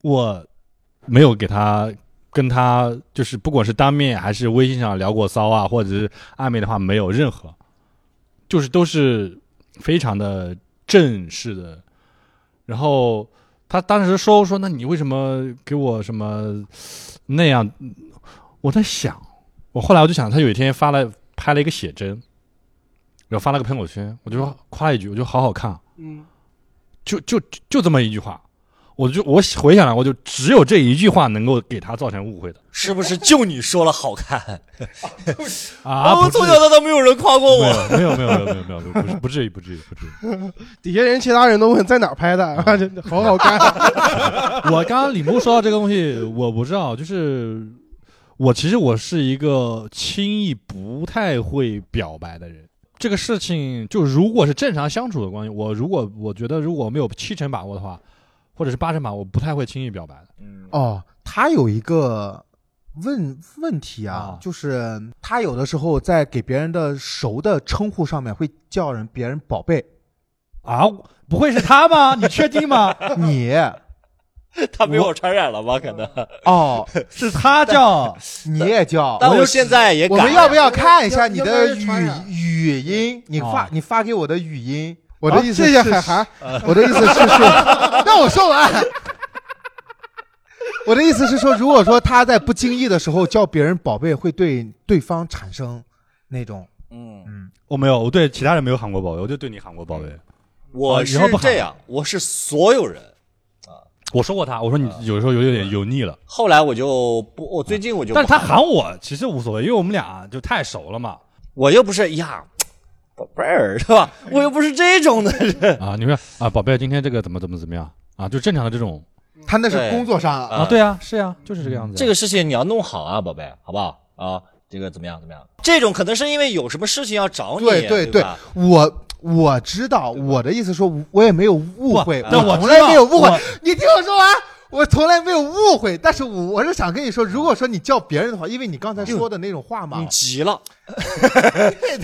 Speaker 3: 我没有给他跟他就是不管是当面还是微信上聊过骚啊，或者是暧昧的话，没有任何，就是都是非常的正式的，然后。他当时说说，那你为什么给我什么那样我在想，我后来我就想，他有一天发了拍了一个写真，然后发了个朋友圈，我就说夸了一句，我就好好看，
Speaker 2: 嗯，
Speaker 3: 就就就就这么一句话，我就我回想了，我就只有这一句话能够给他造成误会的
Speaker 1: 是不是就你说了好看？
Speaker 3: 啊
Speaker 1: 我
Speaker 3: 不至
Speaker 1: 从
Speaker 3: 于
Speaker 1: 小到大哦没有人夸过我。
Speaker 3: 没有没有没有没有没有没有，不是不至于不至于不至于。
Speaker 2: 底下人其他人都问在哪儿拍的， 啊真的好好看。
Speaker 3: 我刚刚李牧说到这个东西，我不知道，就是我其实我是一个轻易不太会表白的人。这个事情就如果是正常相处的关系，我如果我觉得如果没有七成把握的话，或者是八成把握，不太会轻易表白的。
Speaker 1: 嗯
Speaker 4: 哦，他有一个问问题
Speaker 3: 啊
Speaker 4: 啊，就是他有的时候在给别人的熟的称呼上面会叫人别人宝贝，
Speaker 3: 啊，不会是他吗？你确定吗？
Speaker 4: 你
Speaker 1: 他被我传染了吧？可能。
Speaker 4: 哦，
Speaker 3: 是他叫
Speaker 4: 你也叫。
Speaker 1: 但
Speaker 4: 我
Speaker 1: 我现在也
Speaker 4: 我
Speaker 1: 敢。
Speaker 4: 们要不要看一下你
Speaker 2: 要不
Speaker 4: 的
Speaker 2: 要
Speaker 4: 语
Speaker 2: 传染
Speaker 4: 语音？你发
Speaker 3: 哦
Speaker 4: 你发给我的语音，啊我
Speaker 2: 我
Speaker 4: 的意思
Speaker 2: 谢谢
Speaker 4: 是
Speaker 2: 海涵，
Speaker 1: 呃
Speaker 4: 我的意思是说， 让我说完。 我的意思是说，如果说他在不经意的时候叫别人宝贝，会对对方产生那种
Speaker 1: 嗯，
Speaker 4: 嗯
Speaker 3: 我没有，我对其他人没有喊过宝贝，我就对你喊过宝贝。
Speaker 1: 我是
Speaker 3: 以后不喊
Speaker 1: 这样，我是所有人。
Speaker 3: 我说过他，我说你有时候有有点油腻了，
Speaker 1: 后来我就不，我最近我就不
Speaker 3: 但是他
Speaker 1: 喊
Speaker 3: 嗯喊我其实无所谓，因为我们俩就太熟了嘛。
Speaker 1: 我又不是呀，宝贝儿是吧？我又不是这种的人。
Speaker 3: 啊，你说啊，宝贝，今天这个怎么怎么怎么样啊？就正常的这种
Speaker 4: 他那是
Speaker 1: 对
Speaker 4: 工作上啊
Speaker 1: 啊
Speaker 3: 对啊，是呀、就是这个样子呀。
Speaker 1: 这个事情你要弄好啊，宝贝，好不好啊？这个怎么样？怎么样？这种可能是因为有什么事情要找你，
Speaker 4: 对
Speaker 1: 对
Speaker 4: 对
Speaker 1: 吧，
Speaker 4: 我我知道，我的意思说，我也没有误会，
Speaker 3: 不但我
Speaker 4: 从
Speaker 3: 知
Speaker 4: 来
Speaker 3: 道
Speaker 4: 没有误会
Speaker 3: 我。
Speaker 4: 你听我说完，我从来没有误会，但是我我是想跟你说，如果说你叫别人的话，因为你刚
Speaker 3: 哎
Speaker 4: 才说的那种话嘛
Speaker 1: 你，急了，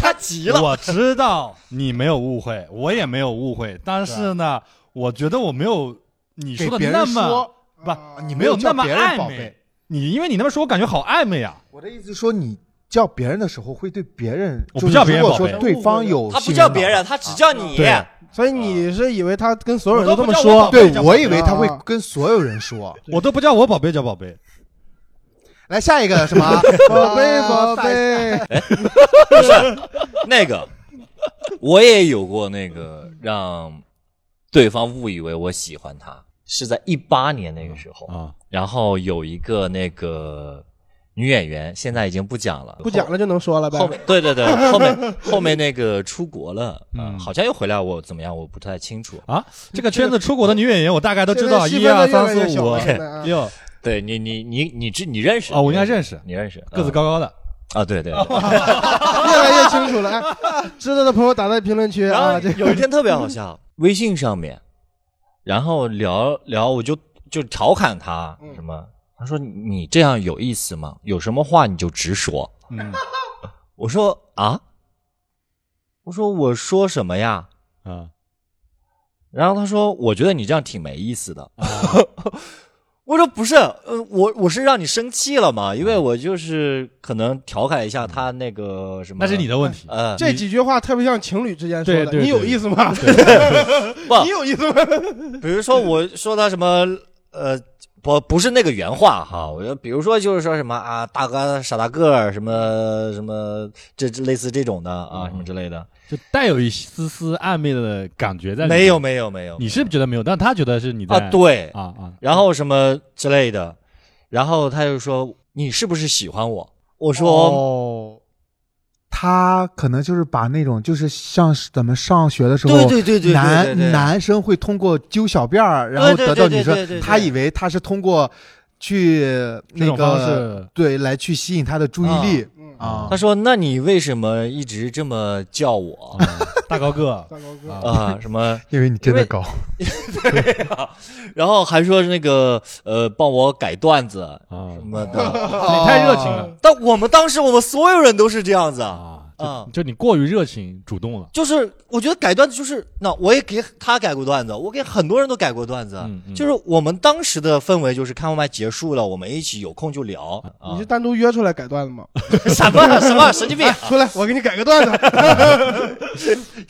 Speaker 1: 他急了，
Speaker 3: 我知道 你没有误会，我也没有误会，但是呢，我觉得我没有你
Speaker 4: 给
Speaker 3: 说的
Speaker 4: 别
Speaker 3: 那
Speaker 4: 人
Speaker 3: 么
Speaker 4: 说，
Speaker 3: 不
Speaker 2: 啊
Speaker 4: 你
Speaker 3: 没
Speaker 4: 有
Speaker 3: 那
Speaker 4: 叫
Speaker 3: 么
Speaker 4: 别人
Speaker 3: 暧
Speaker 4: 宝
Speaker 3: 昧
Speaker 4: 贝。。
Speaker 3: 你因为你那么说，我感觉好暧昧啊。
Speaker 4: 我的意思说，你叫别人的时候会对别人，
Speaker 3: 我
Speaker 4: 就
Speaker 3: 不
Speaker 4: 是
Speaker 3: 叫别人
Speaker 4: 如果
Speaker 3: 宝贝
Speaker 4: 说对方有
Speaker 1: 他不
Speaker 4: 信
Speaker 1: 叫
Speaker 4: 任
Speaker 1: 别
Speaker 4: 的
Speaker 1: 人，
Speaker 4: 话
Speaker 1: 他只叫你。
Speaker 3: 对
Speaker 2: 所以你是以为他跟所有人
Speaker 3: 我都
Speaker 2: 这
Speaker 3: 不
Speaker 2: 么
Speaker 3: 叫我
Speaker 2: 说？
Speaker 3: 宝贝
Speaker 4: 对
Speaker 3: 叫宝
Speaker 4: 我
Speaker 3: 贝
Speaker 4: 以为他会
Speaker 2: 啊
Speaker 4: 跟所有人说。
Speaker 3: 我都不叫我宝贝叫宝贝，
Speaker 4: 来下一个 什么？
Speaker 2: 宝贝，宝贝，
Speaker 1: 那个，我也有过那个让对方误以为我喜欢他，是在一八年那个时候，
Speaker 3: 啊，
Speaker 1: 然后有一个那个女演员，现在已经不讲了，
Speaker 2: 不讲了就能说了呗
Speaker 1: 后。。后面对对对，后面后面那个出国了，嗯，
Speaker 3: 嗯
Speaker 1: 好像又回来，我怎么样，我不太清楚。
Speaker 3: 这个圈子出国的女演员，我大概都知道，
Speaker 2: 现
Speaker 3: 一
Speaker 2: 在
Speaker 3: 二
Speaker 2: 细分
Speaker 3: 三
Speaker 2: 得越来
Speaker 3: 四
Speaker 2: 越小
Speaker 3: 五
Speaker 2: 了现在啊
Speaker 3: 六，
Speaker 1: 对你你你你知你认识
Speaker 3: 哦我应该
Speaker 1: 你
Speaker 3: 认识
Speaker 1: 你认识
Speaker 3: 个子
Speaker 1: 嗯
Speaker 3: 高高的。
Speaker 1: 啊，对对。
Speaker 3: 哦
Speaker 1: 对
Speaker 2: 越来越清楚了。哎，知道的朋友打在评论区
Speaker 1: 然后
Speaker 2: 啊，这
Speaker 1: 有一天特别好 笑，微信上面，然后聊聊，我就就调侃他
Speaker 2: 嗯
Speaker 1: 什么，他说你这样有意思吗？有什么话你就直说。
Speaker 3: 嗯
Speaker 1: 我说啊，我说我说什么呀？
Speaker 3: 啊，
Speaker 1: 然后他说我觉得你这样挺没意思的。
Speaker 3: 啊
Speaker 1: 我说不是，呃，我我是让你生气了嘛，因
Speaker 3: 嗯
Speaker 1: 为我就是可能调侃一下他那个什么，
Speaker 3: 那是你的问 题。
Speaker 1: 呃，
Speaker 2: 这几句话特别像情侣之间说
Speaker 3: 对
Speaker 2: 的。
Speaker 3: 对
Speaker 2: 你有意思吗？
Speaker 1: 不
Speaker 2: 你有意思吗？
Speaker 1: 比如说我说他什么呃，不不是那个原话哈，我就比如说就是说什么啊，大哥傻大个儿什么什么这这类似这种的
Speaker 3: 嗯
Speaker 1: 啊，什么之类的，
Speaker 3: 就带有一丝丝暧昧的感觉在里面。
Speaker 1: 没有没有没有，
Speaker 3: 你是觉得没有，但他觉得是你在
Speaker 1: 啊对，
Speaker 3: 啊啊，
Speaker 1: 然后什么之类的，然后他就说你是不是喜欢我？我说、
Speaker 4: 哦，他可能就是把那种就是像是咱们上学的时候，
Speaker 1: 对对对对，对
Speaker 4: 男
Speaker 1: 对
Speaker 4: 男生会通过揪小辫儿，然后
Speaker 1: 对对
Speaker 4: 得到
Speaker 1: 对
Speaker 4: 女
Speaker 1: 对对对
Speaker 4: 生，
Speaker 1: 对
Speaker 4: 他以为他是通过去
Speaker 3: 这
Speaker 4: 那
Speaker 3: 种方
Speaker 4: 个
Speaker 3: 式，
Speaker 4: 对来去吸引他的注意力
Speaker 2: 嗯，
Speaker 4: 啊。
Speaker 1: 他说：“那你为什么一直这么叫我
Speaker 3: 啊大高个
Speaker 2: 大高
Speaker 3: 啊
Speaker 2: 哥，
Speaker 1: 啊？什么？
Speaker 4: 因为你真的高，
Speaker 1: 然后还说那个呃，帮我改段子
Speaker 3: 啊
Speaker 1: 什，么的。
Speaker 4: 你
Speaker 3: 你太热情了
Speaker 1: 但我们当时我们所有人都是这样子啊，
Speaker 3: 啊
Speaker 1: 啊
Speaker 3: 就就你过于热情主动了，
Speaker 1: 就是我觉得改段子就是那我也给他改过段子，我给很多人都改过段子啊
Speaker 3: 嗯，嗯
Speaker 1: 就是我们当时的氛围就是看外卖结束了，我们一起有空就聊 啊
Speaker 2: 你是。单独约出来改段子吗？
Speaker 1: 什么什么神经病啊，
Speaker 2: 出来，我给你改个段子。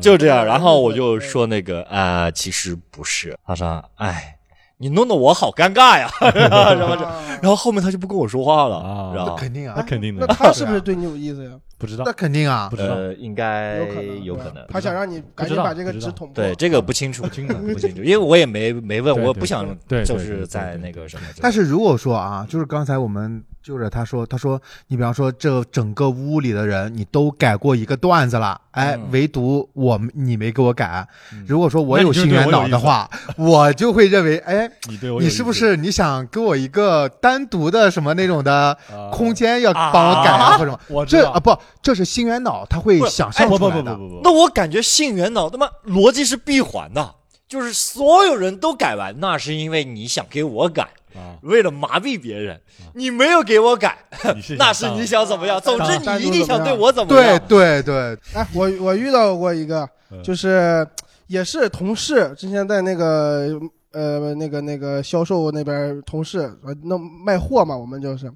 Speaker 1: 就这样。然后我就说那个啊、其实不是。他说，哎，你弄得我好尴尬呀。 然后这
Speaker 2: 啊
Speaker 1: 然后后面他就不跟我说话了，
Speaker 3: 啊
Speaker 1: 然后
Speaker 4: 肯定
Speaker 3: 那
Speaker 4: 啊，
Speaker 3: 肯定
Speaker 2: 那
Speaker 3: 的，
Speaker 2: 他是不是对你有意思呀？
Speaker 3: 不知道
Speaker 4: 那肯定啊
Speaker 3: 不，知道
Speaker 1: 呃，应该
Speaker 2: 有可能，
Speaker 1: 哎有可
Speaker 2: 对
Speaker 1: 能
Speaker 2: 吧。他想让你赶紧把这个纸捅破。
Speaker 1: 对这个不清楚，
Speaker 3: 不清楚
Speaker 1: 不清楚，因为我也没没问，
Speaker 3: 对
Speaker 1: 我
Speaker 3: 对
Speaker 1: 不想
Speaker 3: 对对
Speaker 1: 就
Speaker 3: 对对
Speaker 1: 是
Speaker 3: 对
Speaker 1: 在
Speaker 3: 对
Speaker 1: 那个什么。
Speaker 4: 但是如果说啊，就是刚才我们就是他说，他说你比方说这整个屋里的人，你都改过一个段子了，哎，
Speaker 1: 嗯
Speaker 4: 唯独我们你没给我改
Speaker 1: 嗯。
Speaker 4: 如果说我
Speaker 3: 那你
Speaker 4: 有
Speaker 3: 就
Speaker 4: 性
Speaker 3: 对
Speaker 4: 缘
Speaker 3: 我有
Speaker 4: 脑
Speaker 3: 意
Speaker 4: 的
Speaker 3: 思
Speaker 4: 话，我就会认为，哎，
Speaker 3: 你对我有
Speaker 4: 你
Speaker 3: 意
Speaker 4: 是不
Speaker 3: 思
Speaker 4: 是你想给我一个单独的什么那种的
Speaker 3: 啊
Speaker 4: 空间，要帮我改
Speaker 3: 啊
Speaker 4: 啊或者什么？
Speaker 3: 我知
Speaker 4: 这
Speaker 3: 道
Speaker 4: 啊不，这是心猿脑，他会
Speaker 1: 不是
Speaker 4: 想
Speaker 1: 哎
Speaker 4: 象
Speaker 3: 不
Speaker 4: 出
Speaker 3: 不
Speaker 4: 来
Speaker 3: 不
Speaker 4: 的
Speaker 3: 不。不
Speaker 1: 那
Speaker 3: 不，
Speaker 1: 我感觉性缘脑他妈逻辑是闭环的，就是所有人都改完，那是因为你想给我改，
Speaker 3: 啊，
Speaker 1: 为了麻痹别人，你没有给我改，
Speaker 3: 你是
Speaker 1: 那是你想怎么样？总之
Speaker 2: 单独
Speaker 1: 你一定想对我怎么
Speaker 4: 对
Speaker 1: 样？
Speaker 4: 对对，
Speaker 2: 哎，我我遇到过一个
Speaker 3: 嗯，
Speaker 2: 就是也是同事，之前在那个呃那个那个销售那边同事呃那卖货嘛，我们就是，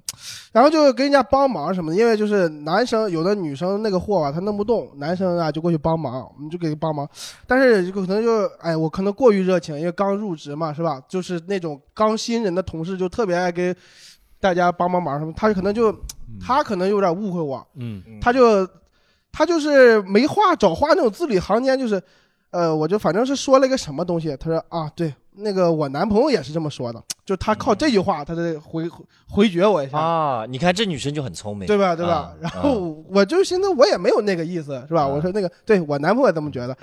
Speaker 2: 然后就给人家帮忙什么的，因为就是男生有的女生那个货吧，她弄不动，男生啊就过去帮忙，我们就给帮忙，但是可能就哎我可能过于热情，因为刚入职嘛是吧？就是那种刚新人的同事就特别爱给大家帮帮忙什么，他可能就
Speaker 3: 嗯
Speaker 2: 他可能有点误会我，
Speaker 3: 嗯
Speaker 2: 他就他就是没话找话那种字里行间，就是呃，我就反正是说了一个什么东西，他说啊，对，那个我男朋友也是这么说的，就他靠这句话，他得回回绝我一下。
Speaker 1: 啊，你看这女生就很聪明，
Speaker 2: 对吧？对吧？
Speaker 1: 啊
Speaker 2: 然后我就寻思，我也没有那个意思，是吧？
Speaker 1: 啊
Speaker 2: 我说那个，对我男朋友也这 么觉得，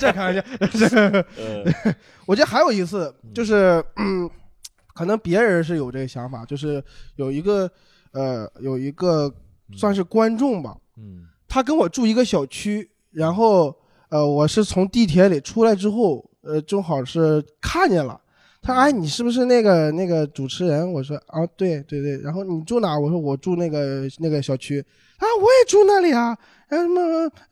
Speaker 2: 这开玩笑。
Speaker 1: 呃
Speaker 2: 我觉得还有一次，就是 嗯，可能别人是有这个想法，就是有一个呃，有一个
Speaker 1: 嗯
Speaker 2: 算是观众吧，
Speaker 3: 嗯
Speaker 2: 他跟我住一个小区，然后呃，我是从地铁里出来之后，呃，正好是看见了。他说哎，你是不是那个那个主持人？我说啊，对对对。然后你住哪？我说我住那个那个小区。啊，我也住那里啊。哎，什么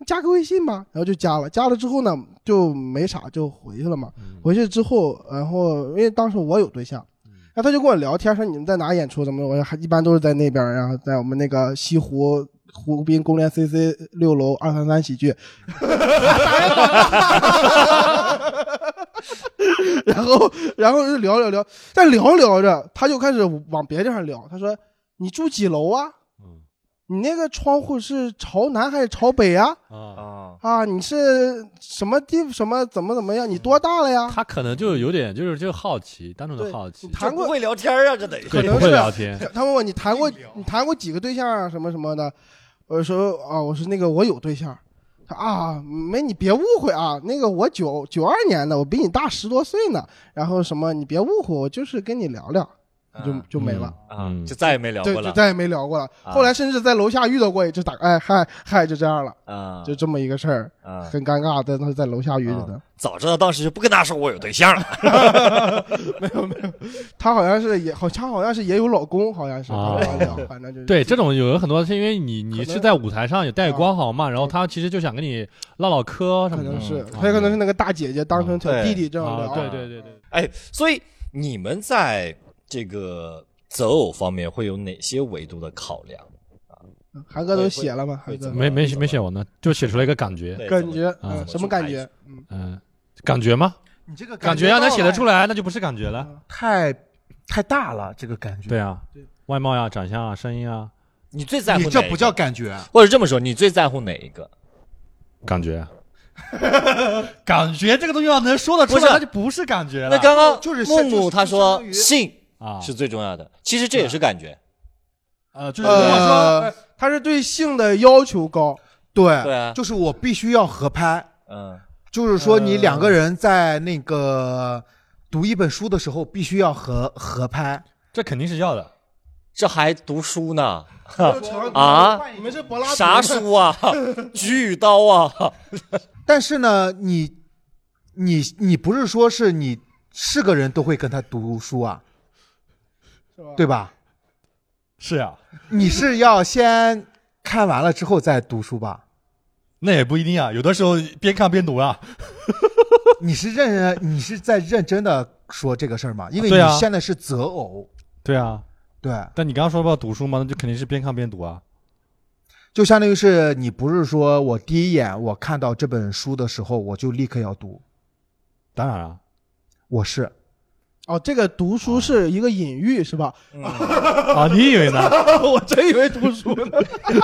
Speaker 2: 加个微信吧。然后就加了，加了之后呢，就没啥，就回去了嘛。回去之后，然后因为当时我有对象，然后他就跟我聊天说你们在哪演出怎么的？我说还一般都是在那边，然后在我们那个西湖湖滨公园 CC 六楼二三三喜剧。 然后，然后就聊聊聊，但聊着聊着，他就开始往别地方聊。他说：“你住几楼啊？
Speaker 3: 嗯
Speaker 2: 你那个窗户是朝南还是朝北啊？
Speaker 3: 啊，
Speaker 1: 啊，
Speaker 2: 啊，你是什么地什么怎么怎么样？你多大了呀？
Speaker 3: 他可能就有点就是就好奇，单纯的
Speaker 2: 对
Speaker 3: 好奇，
Speaker 2: 谈
Speaker 1: 这不
Speaker 2: 过
Speaker 1: 会聊天啊，这得
Speaker 3: 对
Speaker 2: 能
Speaker 3: 不会
Speaker 2: 是
Speaker 3: 聊天，
Speaker 2: 他问我你谈过你谈过几个对象啊，什么什么的，我说啊，我说那个我有对象，他啊没你别误会啊，那个我九九二年的，我比你大十多岁呢，然后什么你别误会，我就是跟你聊聊，就
Speaker 1: 嗯
Speaker 2: 就没了，
Speaker 1: 啊
Speaker 3: 嗯，
Speaker 1: 就再也没聊
Speaker 2: 对，
Speaker 1: 过
Speaker 2: 就
Speaker 1: 了
Speaker 2: 再也没聊过了。
Speaker 1: 啊
Speaker 2: 后来甚至在楼下遇到过一只打，哎嗨嗨，就这样了，
Speaker 1: 啊，
Speaker 2: 就这么一个事儿，
Speaker 1: 啊。
Speaker 2: 很尴尬，但是在楼下遇着的，
Speaker 1: 早知道当时就不跟他说我有对象了。
Speaker 2: 她好像是也好，她好像是也有老公，好像是，
Speaker 3: 啊
Speaker 2: 反正反 正就是
Speaker 3: 对，这种有很多是因为你
Speaker 2: 可
Speaker 3: 你
Speaker 2: 能
Speaker 3: 是在舞台上有带
Speaker 2: 啊
Speaker 3: 光豪嘛，然后他其实就想跟你唠唠嗑什
Speaker 2: 可
Speaker 3: 么
Speaker 2: 能
Speaker 3: 的，
Speaker 2: 是，
Speaker 3: 嗯
Speaker 2: 她可能是那个大姐姐当成
Speaker 3: 嗯
Speaker 2: 小
Speaker 1: 对
Speaker 2: 弟弟这样
Speaker 3: 啊，
Speaker 2: 聊，
Speaker 3: 对对对对，
Speaker 1: 哎，所以你们在这个择偶方面会有哪些维度的考量？
Speaker 2: 韩哥都写了吗？韩哥
Speaker 1: 会，
Speaker 3: 没没
Speaker 1: 怎么
Speaker 3: 没写完呢，就写出来一个感觉，
Speaker 1: 对
Speaker 2: 感觉
Speaker 3: 嗯
Speaker 2: 嗯，什么感觉？嗯，
Speaker 3: 嗯，感觉吗？
Speaker 4: 你这个
Speaker 3: 感觉要能写得出
Speaker 4: 来，
Speaker 3: 来，那就不是感觉了。
Speaker 4: 太太大了，这个感觉。
Speaker 3: 对啊，外貌呀、长相啊、声音啊，
Speaker 1: 你最在乎
Speaker 4: 你
Speaker 1: 哪
Speaker 4: 这
Speaker 1: 一
Speaker 4: 不
Speaker 1: 个
Speaker 4: 叫，感觉，
Speaker 1: 或者这么说，你最在乎哪一个？
Speaker 3: 感觉。啊感觉这个东西要能说得
Speaker 1: 不是
Speaker 3: 就不是感觉
Speaker 1: 那刚刚
Speaker 4: 哦就是
Speaker 1: 木木他说
Speaker 4: 就是相当于
Speaker 1: 性
Speaker 3: 啊，
Speaker 1: 是最重要的，其实这也是感觉。
Speaker 3: 呃，就是如果说
Speaker 2: 呃
Speaker 3: 哎
Speaker 2: 他是对性的要求高，
Speaker 4: 对
Speaker 1: 对啊
Speaker 4: 就是我必须要合拍，
Speaker 1: 嗯，
Speaker 4: 就是说你
Speaker 2: 呃
Speaker 4: 两个人在那个读一本书的时候必须要合合拍。
Speaker 3: 这肯定是要的。
Speaker 1: 这还读书呢？
Speaker 2: 啊你们是柏拉图
Speaker 1: 啥书啊？ 菊与刀啊？
Speaker 4: 但是呢，你你你不是说是你是个人都会跟他读书啊，
Speaker 2: 是吧？
Speaker 4: 对吧？
Speaker 3: 是啊呀、
Speaker 4: 你是要先看完了之后再读书吧？
Speaker 3: 那也不一定啊，有的时候边看边读啊。
Speaker 4: 你是认你是在认真的说这个事儿吗？因为
Speaker 3: 对啊
Speaker 4: 你现在是择偶，
Speaker 3: 对啊，
Speaker 4: 对，
Speaker 3: 但你刚刚说不要读书吗？那就肯定是边看边读啊。
Speaker 4: 就相当于是你不是说我第一眼我看到这本书的时候我就立刻要读，
Speaker 3: 当然啊，
Speaker 4: 我是
Speaker 2: 哦，这个读书是一个隐喻是吧？
Speaker 3: 啊，你以为呢？
Speaker 2: 我真以为读书呢。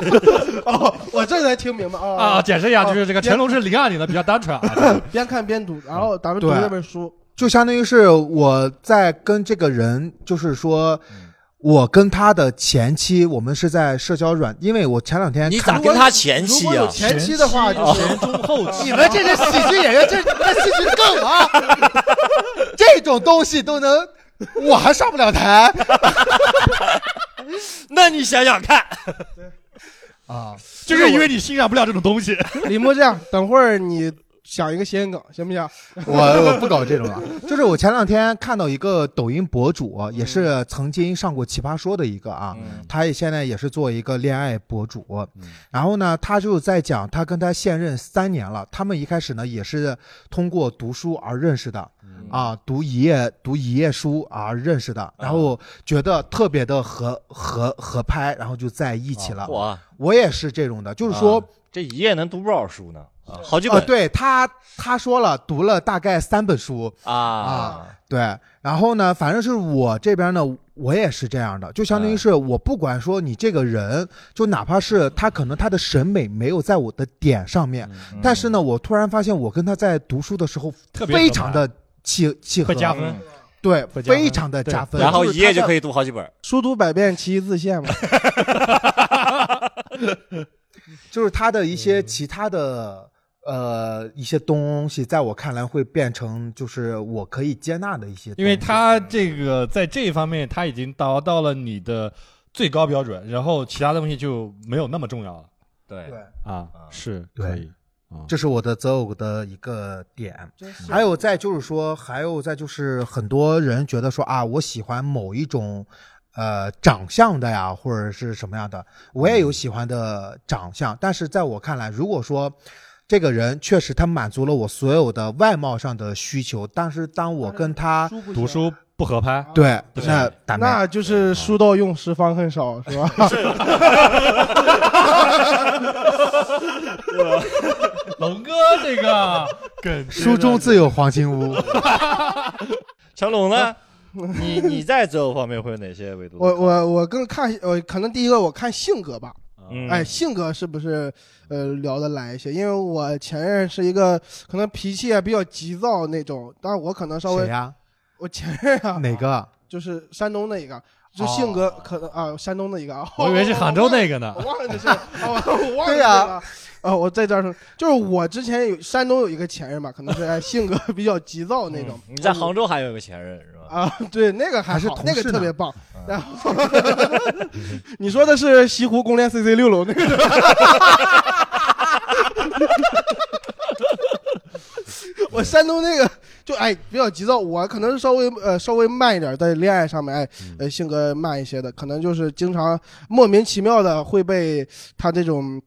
Speaker 2: 哦，我这才听明白
Speaker 3: 啊，
Speaker 2: 啊！
Speaker 3: 解释一下，
Speaker 2: 哦
Speaker 3: 就是这个
Speaker 2: 边
Speaker 3: 成龙是零二年的，比较单 纯啊。
Speaker 2: 边看边读，然后咱们读
Speaker 4: 对
Speaker 2: 这本书，
Speaker 4: 就相当于是我在跟这个人，就是说。
Speaker 1: 嗯
Speaker 4: 我跟他的前妻，我们是在社交软，因为我前两天
Speaker 1: 你
Speaker 4: 看
Speaker 1: 咋跟他前
Speaker 2: 如
Speaker 1: 妻
Speaker 2: 果有
Speaker 1: 啊？
Speaker 2: 前期的话，就是
Speaker 3: 前中后期
Speaker 4: 你们这些喜剧演员，这是你们的喜剧梗啊！ 这种东西都能，我还上不了台
Speaker 1: 那你想想看，
Speaker 4: 啊！
Speaker 3: 就是因为你欣赏不了这种东西。
Speaker 2: 李牧这样，等会儿你想一个谐音梗行不行？
Speaker 4: 我我不搞这种啊。就是我前两天看到一个抖音博主，啊也是曾经上过《奇葩说》的一个啊，
Speaker 1: 嗯
Speaker 4: 他也现在也是做一个恋爱博主。
Speaker 1: 嗯
Speaker 4: 然后呢，他就在讲他跟他现任三年了，他们一开始呢也是通过读书而认识的。
Speaker 1: 嗯
Speaker 4: 啊，读一页读一页书啊认识的，然后觉得特别的合合合拍，然后就在一起了。
Speaker 1: 我
Speaker 4: 我也是这种的，就是说，
Speaker 1: 啊这一页能读不少书呢，啊好几
Speaker 4: 呃，
Speaker 1: 本
Speaker 4: 对他他说了，读了大概三本书，
Speaker 1: 啊。
Speaker 4: 对，然后呢，反正是我这边呢，我也是这样的，就相
Speaker 3: 嗯
Speaker 4: 当于是我不管说你这个人，就哪怕是他可能他的审美没有在我的点上面，
Speaker 1: 嗯
Speaker 4: 但是呢，我突然发现我跟他在读书的时候
Speaker 3: 特别合
Speaker 4: 非常的契契合，
Speaker 3: 会加分
Speaker 1: 嗯，
Speaker 4: 对，
Speaker 3: 会加分
Speaker 4: 非常的
Speaker 3: 对
Speaker 4: 加分，
Speaker 1: 然后一页就可
Speaker 4: 以。
Speaker 1: 以读好几本。
Speaker 2: 书读百遍，其义自现嘛。
Speaker 4: 就是他的一
Speaker 3: 嗯
Speaker 4: 些其他的、呃一些东西，在我看来会变成就是我可以接纳的一些东西，
Speaker 3: 因为他这个在这一方面他已经达到了你的最高标准，然后其他东西就没有那么重要了
Speaker 1: 对
Speaker 4: 对，
Speaker 3: 啊
Speaker 1: 啊
Speaker 3: 是
Speaker 4: 对
Speaker 3: 可以啊，
Speaker 4: 这是我的择偶的一个点。
Speaker 2: 真是
Speaker 4: 还有再就是说，还有再就是很多人觉得说啊，我喜欢某一种。呃，长相的呀，或者是什么样的，我也有喜欢的长相，但是在我看来，如果说这个人确实他满足了我所有的外貌上的需求，但是当我跟他
Speaker 2: 书不行啊
Speaker 3: 读书不合 拍，
Speaker 4: 对，
Speaker 1: 对
Speaker 4: 嗯那打麦
Speaker 2: 那就是书到用时方恨少，是吧？
Speaker 3: 龙哥这个梗
Speaker 4: 书中自有黄金屋。
Speaker 1: 成龙呢？你你在择偶方面会有哪些维度？
Speaker 2: 我我我更看我可能第一个我看性格吧，
Speaker 1: 嗯
Speaker 2: 哎，性格是不是呃聊得来一些？因为我前任是一个可能脾气啊比较急躁那种，但我可能稍
Speaker 4: 谁
Speaker 2: 微、
Speaker 4: 呀？
Speaker 2: 我前任啊
Speaker 4: 哪个？
Speaker 2: 就是山东那一个，就
Speaker 4: 哦
Speaker 2: 性格可能啊山东那一个啊，
Speaker 3: 我以为是杭州那个呢
Speaker 2: 我忘了这是，哦我忘了这
Speaker 4: 对
Speaker 2: 个
Speaker 4: 呀
Speaker 2: 了。哦，我在这儿说，就是我之前有山东有一个前任嘛，可能是哎性格比较急躁那种
Speaker 1: 嗯。你在杭州还有一个前任是吧？
Speaker 2: 啊，对，那个还
Speaker 4: 还是
Speaker 2: 好
Speaker 4: 同
Speaker 2: 那个
Speaker 4: 事
Speaker 2: 特
Speaker 4: 呢啊
Speaker 2: 别棒。然后 你说的是西湖公园 CC 六楼那个是吧？我山东那个就哎比较急躁，我可能是稍微呃稍微慢一点，在恋爱上面哎
Speaker 4: 嗯
Speaker 2: 呃性格慢一些的，可能就是经常莫名其妙的会被他这种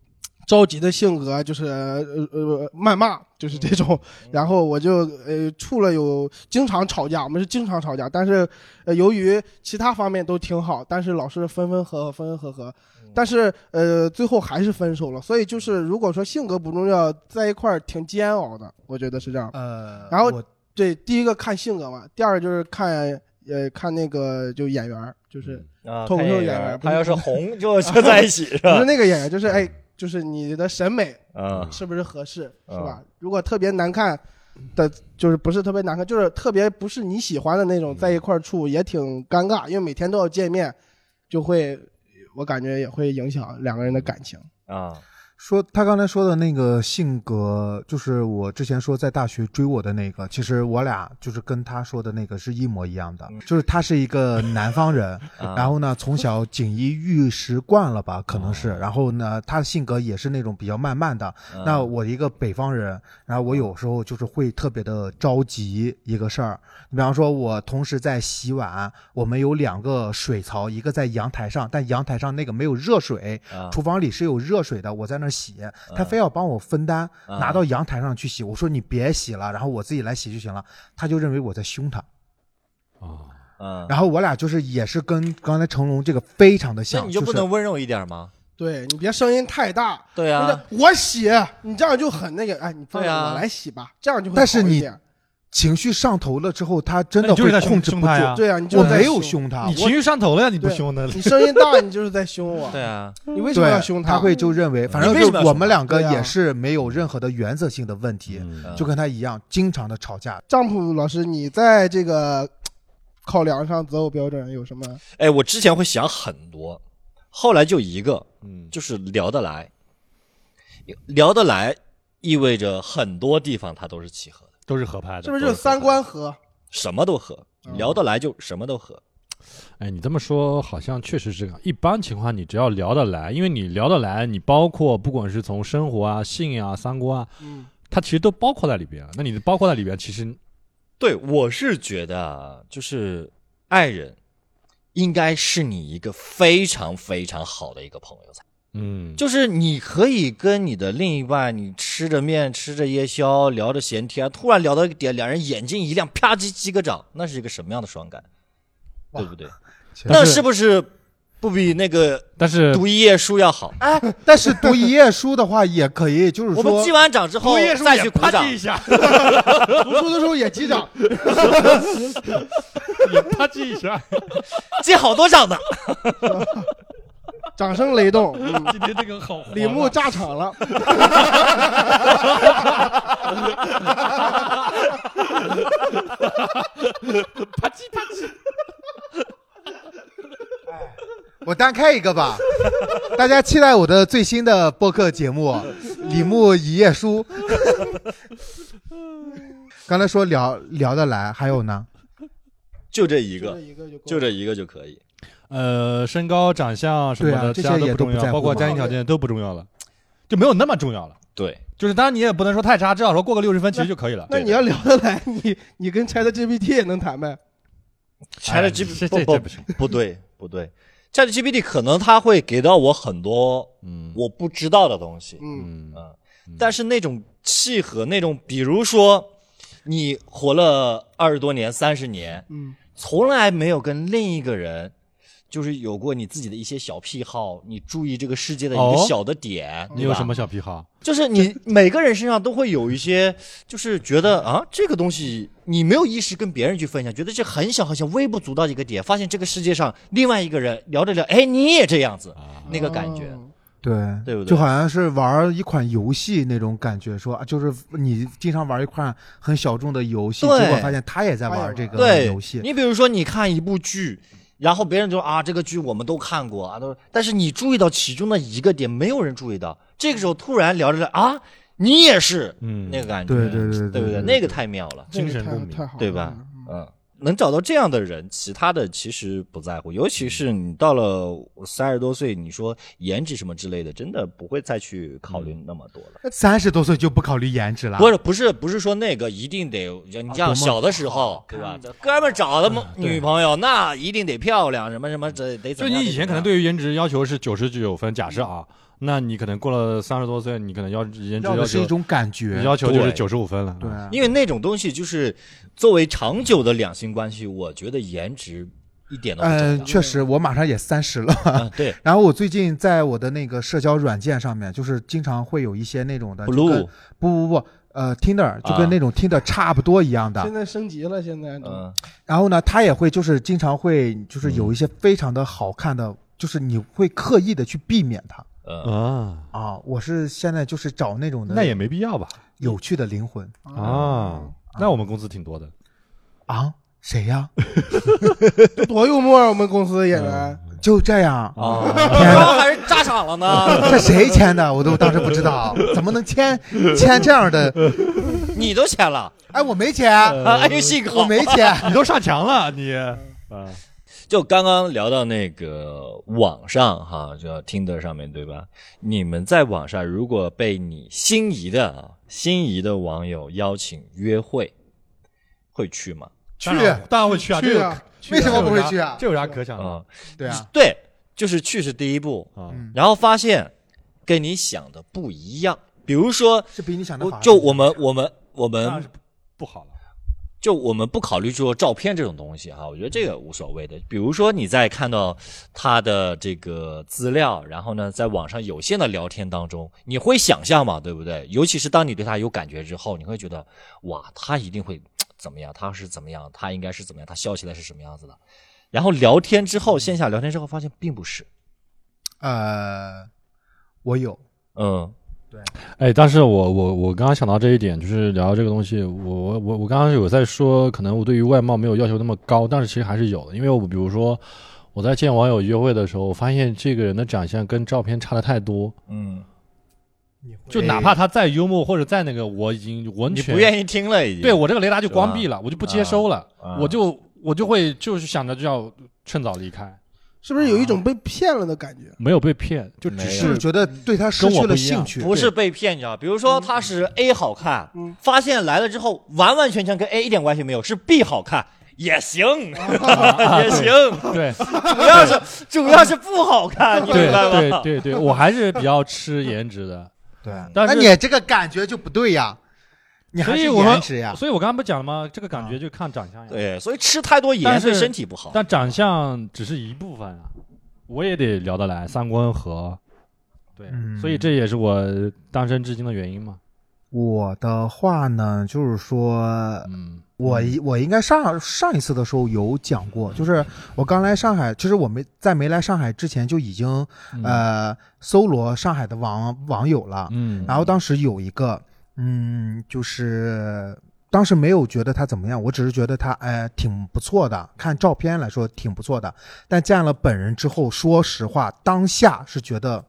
Speaker 2: 着急的性格就是呃呃谩骂，就是这种。 然后我就呃处了有经常吵架，我们是经常吵架，但是、呃、由于其他方面都挺好，但是老是分分合合，分分合合，但是呃最后还是分手了。所以就是如果说性格不重要，在一块儿挺煎熬的，我觉得是这样。
Speaker 4: 呃，
Speaker 2: 然后
Speaker 4: 我
Speaker 2: 对，第一个看性格嘛，第二个就是看呃看那个就演员儿，就是
Speaker 1: 啊，
Speaker 2: 脱口秀
Speaker 1: 看
Speaker 2: 演员
Speaker 1: 员，
Speaker 2: 不
Speaker 1: 他
Speaker 2: 是
Speaker 1: 要是红就就在一起是
Speaker 2: 不
Speaker 1: 吧
Speaker 2: 是？那个演员，就是哎，就是你的审美
Speaker 1: 嗯
Speaker 2: 是不是合适，是
Speaker 1: 嗯
Speaker 2: 吧？如果特别难看的，就是不是特别难看，就是特别不是
Speaker 1: 嗯
Speaker 2: 你喜欢的那种，在一块儿处也挺尴尬，因为每天都要见面，就会我感觉也会影响两个人的感情。
Speaker 1: 啊，
Speaker 4: 说他刚才说的那个性格，就是我之前说在大学追我的那个，其实我俩就是跟他说的那个是一模一样的，就是他是一个南方人，
Speaker 1: 嗯 啊
Speaker 4: 然后呢从小锦衣玉食惯了吧，可能是，然后呢他的性格也是那种比较慢慢的。
Speaker 1: 哦嗯
Speaker 4: 那我一个北方人，然后我有时候就是会特别的着急一个事儿，你比方说我同时在洗碗，我们有两个水槽，一个在阳台上，但阳台上那个没有热水，
Speaker 1: 啊
Speaker 4: 厨房里是有热水的，我在那儿洗，他非要帮我分担，
Speaker 1: 啊
Speaker 4: 拿到阳台上去洗。我说你别洗了，然后我自己来洗就行了。他就认为我在凶他，
Speaker 3: 啊，
Speaker 1: 嗯，
Speaker 4: 然后我俩就是也是跟刚才成龙这个非常的
Speaker 1: 那
Speaker 4: 像，
Speaker 1: 你就不
Speaker 4: 是
Speaker 1: 能温柔一点吗？
Speaker 2: 对你别声音太大，
Speaker 1: 对
Speaker 2: 不
Speaker 1: 啊，
Speaker 2: 是我洗，你这样就很那个，哎，你放
Speaker 1: 对啊
Speaker 2: 我来洗吧，这样就会
Speaker 4: 但是
Speaker 2: 好一
Speaker 4: 你
Speaker 2: 点
Speaker 4: 情绪上头了之后，他真
Speaker 3: 那
Speaker 4: 的
Speaker 3: 你就是
Speaker 4: 会
Speaker 3: 在
Speaker 4: 控制
Speaker 3: 凶
Speaker 4: 不住。
Speaker 3: 他呀
Speaker 2: 对啊，你就
Speaker 4: 我
Speaker 2: 是在
Speaker 4: 没有
Speaker 2: 凶，
Speaker 4: 凶他
Speaker 3: 你，情绪上头了呀，你不
Speaker 2: 对
Speaker 3: 凶呢？
Speaker 2: 你声音大，你就是在凶我，
Speaker 1: 对啊，
Speaker 2: 你为什么要
Speaker 4: 对，
Speaker 2: 凶嗯
Speaker 4: 他会就认为，反正
Speaker 1: 你为什么
Speaker 4: 就
Speaker 1: 要
Speaker 4: 我
Speaker 1: 凶他
Speaker 4: 们两个
Speaker 2: 对啊
Speaker 4: 也是没有任何的原则性的问题，
Speaker 1: 啊
Speaker 3: 嗯
Speaker 4: 就跟他一样，经常的吵架。
Speaker 2: 丈夫老师，你在这个考量上择偶标准有什么？
Speaker 1: 哎，我之前会想很多，后来就一个，
Speaker 3: 嗯
Speaker 1: 就是聊得来，聊得来意味着很多地方它都是契合的，
Speaker 3: 都是合拍的，
Speaker 2: 是不是就三观合？
Speaker 1: 什么都合，
Speaker 2: 哦
Speaker 1: 聊得来就什么都合。
Speaker 3: 哎，你这么说好像确实是这样。一般情况，你只要聊得来，因为你聊得来，你包括不管是从生活啊、性啊、三观啊，
Speaker 2: 嗯，
Speaker 3: 它其实都包括在里边。那你包括在里边，其实嗯
Speaker 1: 对，我是觉得啊，就是爱人应该是你一个非常非常好的一个朋友才，
Speaker 3: 嗯，
Speaker 1: 就是你可以跟你的另一半，你吃着面吃着夜宵，聊着闲天，突然聊到一个点，两人眼睛一亮，啪叽击个掌，那是一个什么样的爽感，对不对？那是不是不比那个
Speaker 3: 但是
Speaker 1: 读一页书要好？
Speaker 4: 哎，但是读一页书的话也可以，就是
Speaker 1: 我
Speaker 4: 说
Speaker 1: 们击完掌之后
Speaker 3: 读一页书
Speaker 1: 再
Speaker 3: 也
Speaker 1: 去鼓
Speaker 3: 啪
Speaker 1: 掌
Speaker 3: 叽一，下，
Speaker 2: 读书的时候也击掌，
Speaker 3: 也啪叽一下。
Speaker 1: 击好多掌的。
Speaker 2: 掌声雷动。 嗯
Speaker 3: 今天这个好，啊
Speaker 2: 李牧炸场了，
Speaker 3: 啪叽啪叽，
Speaker 4: 我单开一个吧，大家期待我的最新的播客节 目《李牧一页书》。 刚才说聊聊得来，还有呢？
Speaker 1: 就这一
Speaker 2: 就这
Speaker 1: 个，
Speaker 2: 一个就够
Speaker 1: 就
Speaker 2: 了。
Speaker 1: 这一个就可以。
Speaker 3: 呃，身高、长相什么
Speaker 4: 对
Speaker 3: 的，
Speaker 4: 啊这
Speaker 3: 其他
Speaker 4: 些也
Speaker 3: 都
Speaker 4: 都
Speaker 3: 重
Speaker 4: 不在
Speaker 3: 要，
Speaker 4: 乎
Speaker 3: 包括
Speaker 4: 嘛
Speaker 3: 家庭条件都不重要了，就没有那么重要了。
Speaker 1: 对，
Speaker 3: 就是当然你也不能说太差，至少说过个六十分其实就可以了。
Speaker 2: 那你要聊得来，你你跟 Chat GPT 也能谈呗？
Speaker 3: 哎
Speaker 1: ChatGPT
Speaker 3: 这这这
Speaker 1: 不
Speaker 3: 不行，
Speaker 1: 不不对不对，ChatGPT 可能它会给到我很多
Speaker 3: 嗯
Speaker 1: 我不知道的东西，
Speaker 2: 嗯，
Speaker 3: 嗯
Speaker 1: 嗯，但是那种契合那种，比如说你活了二十多年、三十年，
Speaker 2: 嗯，
Speaker 1: 从来没有跟另一个人。就是有过你自己的一些小癖好，你注意这个世界的一个
Speaker 3: 哦
Speaker 1: 小的点，
Speaker 3: 你
Speaker 1: 对
Speaker 3: 有
Speaker 1: 吧
Speaker 3: 什么小癖好？
Speaker 1: 就是你每个人身上都会有一些，就是觉得啊，这个东西你没有意识跟别人去分享，觉得这很小很小、微不足道的一个点，发现这个世界上另外一个人聊着聊，哎，你也这样子，
Speaker 3: 啊
Speaker 1: 那个感觉，
Speaker 2: 哦
Speaker 4: 对，
Speaker 1: 对不对
Speaker 4: 就好像是玩一款游戏那种感觉，说啊就是你经常玩一款很小众的游戏，
Speaker 1: 对
Speaker 4: 结果发现他也在
Speaker 2: 他也
Speaker 4: 玩
Speaker 2: 玩
Speaker 4: 这个
Speaker 1: 对
Speaker 4: 游戏。
Speaker 1: 你比如说，你看一部剧，然后别人就啊，这个剧我们都看过啊，都，但是你注意到其中的一个点，没有人注意到，这个时候突然聊着聊啊，你也是，
Speaker 3: 嗯
Speaker 1: 那个感觉，
Speaker 4: 对对对
Speaker 1: 对不对？那个太妙了。
Speaker 2: 这个
Speaker 3: 精神
Speaker 2: 太
Speaker 3: 共鸣
Speaker 2: 太好了，
Speaker 1: 对吧
Speaker 2: 嗯？
Speaker 1: 嗯，能找到这样的人，其他的其实不在乎，尤其是你到了三十多岁，你说颜值什么之类的，真的不会再去考
Speaker 4: 嗯
Speaker 1: 虑那么多了。
Speaker 4: 三十多岁就不考虑颜值了，
Speaker 1: 不是不是不是说那个一定得，
Speaker 3: 啊
Speaker 1: 你像小的时候，对吧？哥们儿找的
Speaker 3: 嗯
Speaker 1: 女朋友，那一定得漂亮，什么什么这得怎么
Speaker 3: 就你
Speaker 1: 样？嗯
Speaker 3: 以前可能对于颜值要求是九十九分，假设啊，那你可能过了三十多岁，你可能要颜值
Speaker 4: 要
Speaker 3: 要
Speaker 4: 的是一
Speaker 3: 求
Speaker 4: 种感觉。
Speaker 3: 要求就是
Speaker 1: 对
Speaker 3: 九十五分了。
Speaker 4: 对，
Speaker 1: 因为那种东西就是作为长久的两性关系，我觉得颜值一点都不
Speaker 4: 嗯、
Speaker 1: 重
Speaker 4: 确实，我马上也三十了。
Speaker 1: 要。啊，对
Speaker 4: 然后我最近在我的那个社交软件上面，就是经常会有一些那种的就跟
Speaker 1: ，blue，
Speaker 4: 不不不，呃，Tinder 就
Speaker 1: 啊
Speaker 4: 跟那种 Tinder 差不多一样的。
Speaker 2: 现在升级了，现在都
Speaker 1: 嗯，
Speaker 4: 然后呢，他也会就是经常会就是有一些非常的好看的，就是你会刻意的去避免它
Speaker 1: 呃，
Speaker 3: 啊，
Speaker 4: 啊。我是现在就是找那种的
Speaker 3: 那也没必要吧？
Speaker 4: 有趣的灵魂
Speaker 3: 啊，那我们公司挺多的，
Speaker 4: 啊，谁呀？
Speaker 2: 多幽默啊！我们公司的演员，
Speaker 4: 就这样，
Speaker 3: 哦
Speaker 1: 啊，
Speaker 4: 天 哪
Speaker 1: 还是炸场了呢？
Speaker 4: 这谁签的？我都当时不知道，怎么能签签这样的？
Speaker 1: 你都签了，
Speaker 4: 哎，我没签，
Speaker 3: 呃
Speaker 1: 啊哎呦，幸好
Speaker 4: 我没签。
Speaker 3: 你都上墙了，你
Speaker 4: 嗯
Speaker 3: 啊，
Speaker 1: 就刚刚聊到那个网上哈，就 Tinder 上面对吧？你们在网上如果被你心仪的啊心仪的网友邀请约会，会去吗？
Speaker 4: 去
Speaker 3: 当然当然会去啊，这
Speaker 2: 去
Speaker 3: 有
Speaker 2: 啊，去啊
Speaker 4: 为什么不会去啊？
Speaker 3: 这有啥可想的
Speaker 1: 啊、
Speaker 4: 对啊，
Speaker 1: 对，就是去是第一步，
Speaker 3: 啊？
Speaker 4: 嗯，
Speaker 1: 然后发现跟你想的不一样。比如说，
Speaker 4: 是比你想的
Speaker 1: 我
Speaker 4: 好。
Speaker 1: 就我们我们我
Speaker 3: 当然
Speaker 1: 们
Speaker 3: 是不好了。
Speaker 1: 就我们不考虑说照片这种东西哈，我觉得这个无所谓的。比如说你在看到他的这个资料，然后呢，在网上有限的聊天当中，你会想象嘛，对不对？尤其是当你对他有感觉之后，你会觉得哇，他一定会怎么样，他是怎么样，他应该是怎么样，他笑起来是什么样子的。然后聊天之后，线下聊天之后发现并不是，
Speaker 4: 呃，我有，
Speaker 1: 嗯
Speaker 3: 哎，但是我我我刚刚想到这一点，就是聊这个东西，我我我我刚刚有在说，可能我对于外貌没有要求那么高，但是其实还是有的，因为我比如说我在见网友约会的时候，我发现这个人的长相跟照片差的太多，
Speaker 1: 嗯，
Speaker 3: 就哪怕他再幽默或者再那个，我已经完
Speaker 1: 你
Speaker 3: 全
Speaker 1: 不愿意听了已经。
Speaker 3: 对我这个雷达就关闭了，我就不接收了，
Speaker 1: 啊
Speaker 3: 我就我就会就是想着就要趁早离开，
Speaker 2: 是不是有一种被骗了的感觉？
Speaker 3: 没有被骗，就只
Speaker 1: 没有
Speaker 3: 是
Speaker 4: 哎是觉得对他失去了兴趣，
Speaker 1: 不是被骗，你知道？比如
Speaker 3: 嗯
Speaker 1: 说他是 A 好看，
Speaker 2: 嗯
Speaker 1: 发现来了之后完完全全跟 A 一点关系没有，是 B 好看也行， 也行。
Speaker 3: 啊 对
Speaker 1: 主要是主要是不好看，你
Speaker 3: 对
Speaker 1: 明白
Speaker 3: 对
Speaker 1: 吗？
Speaker 3: 对对，我还是比较吃颜值 的，
Speaker 4: 对。
Speaker 3: 但
Speaker 4: 那
Speaker 3: 是
Speaker 4: 你这个感觉就不对呀，你还
Speaker 3: 所
Speaker 4: 是
Speaker 3: 以我说
Speaker 4: 颜值呀。
Speaker 3: 所以我刚刚不讲了吗？这个感
Speaker 1: 啊
Speaker 3: 觉就看长相呀。，
Speaker 1: 对，所以吃太多盐
Speaker 3: 但是
Speaker 1: 对身体不好。
Speaker 3: 但长相只是一部分啊，我也得聊得来，三观合。对，
Speaker 4: 嗯
Speaker 3: 所以这也是我单身至今的原因嘛。
Speaker 4: 我的话呢，就是说，
Speaker 3: 嗯，
Speaker 4: 呃我我应该上上一次的时候有讲过，就是我刚来上海，就是我没在没来上海之前就已经
Speaker 3: 嗯，
Speaker 4: 呃搜罗上海的网网友了，
Speaker 3: 嗯，
Speaker 4: 然后当时有一个，嗯，就是当时没有觉得他怎么样，我只是觉得他哎挺不错的，看照片来说挺不错的，但见了本人之后，说实话，当下是觉得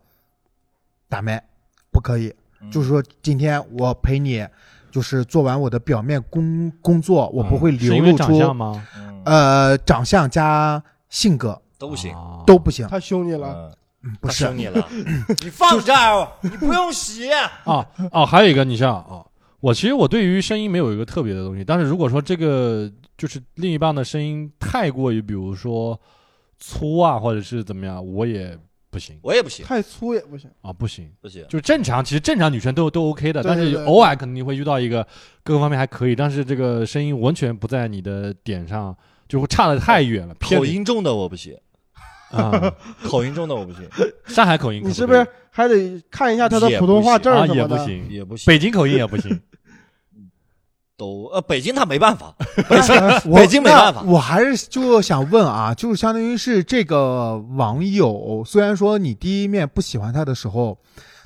Speaker 4: 打麦不可以，
Speaker 3: 嗯
Speaker 4: 就是说今天我陪你，就是做完我的表面工工作，我不会
Speaker 3: 嗯是
Speaker 4: 流
Speaker 3: 因为
Speaker 4: 露
Speaker 3: 长
Speaker 4: 出、
Speaker 3: 相吗？
Speaker 1: 嗯
Speaker 4: 呃长相加性格
Speaker 1: 都行，
Speaker 3: 啊
Speaker 4: 都不行，
Speaker 2: 他凶你了，
Speaker 1: 嗯
Speaker 4: 嗯不
Speaker 1: 他
Speaker 4: 是
Speaker 1: 凶你 了，你放这儿，你不用洗。
Speaker 3: 啊哦，还有一个，你像哦，我其实我对于声音没有一个特别的东西，但是如果说这个就是另一半的声音太过于，比如说粗啊，或者是怎么样，我也不行
Speaker 1: 我也不行，
Speaker 2: 太粗也不行。
Speaker 3: 啊，不行。
Speaker 1: 不行。
Speaker 3: 就是正常，其实正常女生都都 OK 的，
Speaker 2: 对
Speaker 3: 但是
Speaker 2: 对对
Speaker 3: 偶尔可能你会遇到一个各个方面还可以，但是这个声音完全不在你的点上，就会差的太 远了，偏
Speaker 1: 口
Speaker 3: 离
Speaker 1: 音重的我不行，
Speaker 3: 啊，
Speaker 1: 口音重的我不行，
Speaker 3: 上海口音可
Speaker 2: 你
Speaker 3: 不
Speaker 2: 是
Speaker 3: 可
Speaker 2: 不
Speaker 3: 以
Speaker 2: 是还得看一下他的普通话证
Speaker 3: 啊
Speaker 2: 什
Speaker 3: 也
Speaker 2: 么
Speaker 3: 不
Speaker 2: 的？
Speaker 3: 行，
Speaker 1: 也不行。
Speaker 3: 北京口音也不 行，
Speaker 1: 都呃，北京他没办法，
Speaker 4: 我
Speaker 1: 北京没办法
Speaker 4: 那我还是就想问啊，就是相当于是这个网友，虽然说你第一面不喜欢他的时候，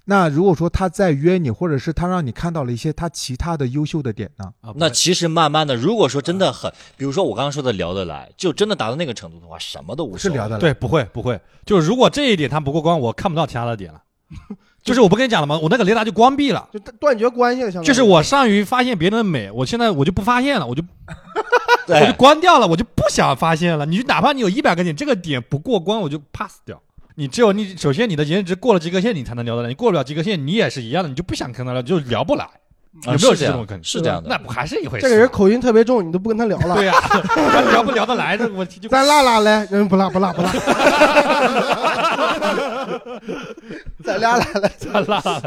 Speaker 4: 那如果说他再约你，或者是他让你看到了一些他其他的优秀的点呢？
Speaker 3: 啊
Speaker 1: 那其实慢慢的，如果说真的很，比如说我刚刚说的聊得来，就真的达到那个程度的话，什么都无
Speaker 4: 不是
Speaker 1: 所谓。
Speaker 4: 聊的了，
Speaker 3: 对，不会不会，就是如果这一点他不过关，我看不到其他的点 了，就是我不跟你讲了吗？我那个雷达就关闭了。
Speaker 2: 就断绝关系了，相当于
Speaker 3: 就是我善于发现别人的美，我现在我就不发现了，我就我就
Speaker 1: 对，
Speaker 3: 关掉了，我就不想发现了。你就哪怕你有一百个点，这个点不过关，我就 pass 掉。你只有你首先你的颜值过了及格线，你才能聊得来。你过不了及格线，你也是一样的，你就不想跟他聊，就聊不来。有
Speaker 1: 啊
Speaker 3: 没有
Speaker 1: 是这
Speaker 3: 这种
Speaker 1: 样
Speaker 3: 可能？
Speaker 1: 是这样
Speaker 3: 那
Speaker 1: 的。
Speaker 3: 不还是一回事？
Speaker 2: 这个人口音特别重，你都不跟他聊了。
Speaker 3: 对呀、啊聊不聊得来的问题就
Speaker 2: 咱辣辣来，嗯，不辣不辣不 辣。
Speaker 4: 咱俩来了，
Speaker 3: 算了。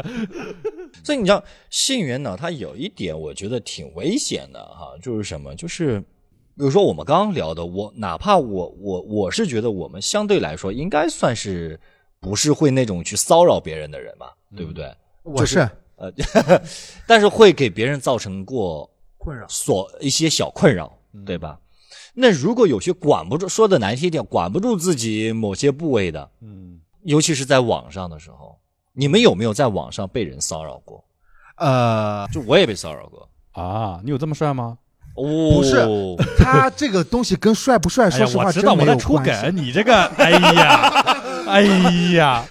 Speaker 1: 所以你知道，性缘呢，它有一点我觉得挺危险的哈，就是什么？就是比如说我们刚刚聊的，我哪怕我我我是觉得我们相对来说应该算是不是会那种去骚扰别人的人吧，对不对？
Speaker 4: 我是
Speaker 1: 呃， 但是会给别人造成过
Speaker 4: 困扰。
Speaker 1: 所一些小困扰，
Speaker 4: 嗯
Speaker 1: 对吧？那如果有些管不住，说的难听一点，管不住自己某些部位的，
Speaker 3: 嗯，
Speaker 1: 尤其是在网上的时候，你们有没有在网上被人骚扰过？
Speaker 4: 呃，
Speaker 1: 就我也被骚扰过，
Speaker 3: 啊，你有这么帅吗？
Speaker 1: 哦，
Speaker 4: 不是他这个东西跟帅不帅，
Speaker 3: 哎呀
Speaker 4: 说，实话
Speaker 3: 我
Speaker 4: 真
Speaker 3: 知道
Speaker 4: 没
Speaker 3: 我
Speaker 4: 有
Speaker 3: 在出
Speaker 4: 关系
Speaker 3: 梗，你这个，哎呀，哎呀，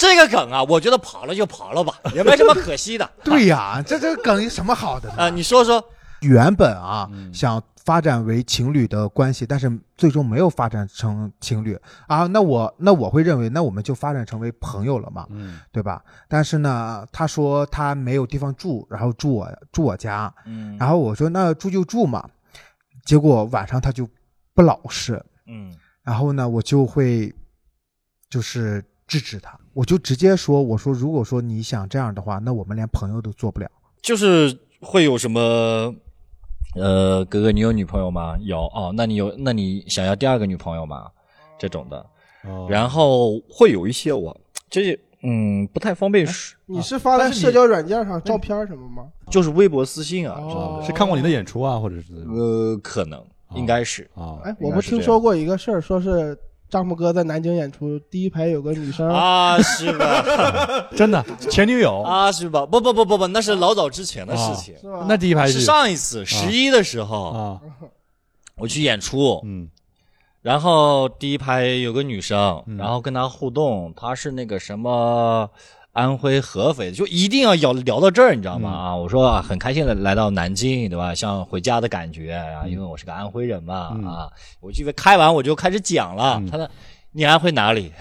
Speaker 1: 这个梗啊，我觉得跑了就跑了吧，也没什么可惜的
Speaker 4: 对呀、这这个梗有什么好的呢？
Speaker 1: 啊。你说说，
Speaker 4: 原本啊、
Speaker 3: 嗯
Speaker 4: 想发展为情侣的关系，但是最终没有发展成情侣啊。那我那我会认为，那我们就发展成为朋友了嘛，
Speaker 3: 嗯，
Speaker 4: 对吧？但是呢，他说他没有地方住，然后住我住我家，
Speaker 1: 嗯
Speaker 4: 然后我说那住就住嘛。结果晚上他就不老实，
Speaker 1: 嗯
Speaker 4: 然后呢，我就会就是制止他，我就直接说，我说如果说你想这样的话，那我们连朋友都做不了。
Speaker 1: 就是会有什么？呃，哥哥，你有女朋友吗？有哦，那你有？那你想要第二个女朋友吗？这种的，
Speaker 3: 哦
Speaker 1: 然后会有一些我就是嗯不太方便说，
Speaker 2: 你是发在社交软件上照片什么吗？
Speaker 1: 就是微博私信啊
Speaker 2: 哦
Speaker 1: 之类的。
Speaker 3: 是看过你的演出啊，或者是
Speaker 1: 呃，可能应该是
Speaker 3: 啊，
Speaker 2: 哎，我不听说过一个事儿，说是丈母哥在南京演出，第一排有个女生，
Speaker 1: 啊，是吧？
Speaker 3: 真的前女友，
Speaker 1: 啊，是吧？不不不不不，那是老早之前的事情，
Speaker 2: 哦是吧？
Speaker 3: 那第一排
Speaker 1: 是上一次十一的时候，
Speaker 3: 啊，
Speaker 1: 我去演出，
Speaker 3: 嗯
Speaker 1: 然后第一排有个女生，
Speaker 3: 嗯
Speaker 1: 然后跟她互动，她是那个什么。安徽合肥就一定要聊聊到这儿，你知道吗？
Speaker 3: 嗯
Speaker 1: 啊，我说啊，很开心的来到南京，对吧？像回家的感觉啊，因为我是个安徽人嘛，
Speaker 3: 嗯
Speaker 1: 啊，我就以为开完我就开始讲了。
Speaker 3: 嗯
Speaker 1: 她说你安徽哪里？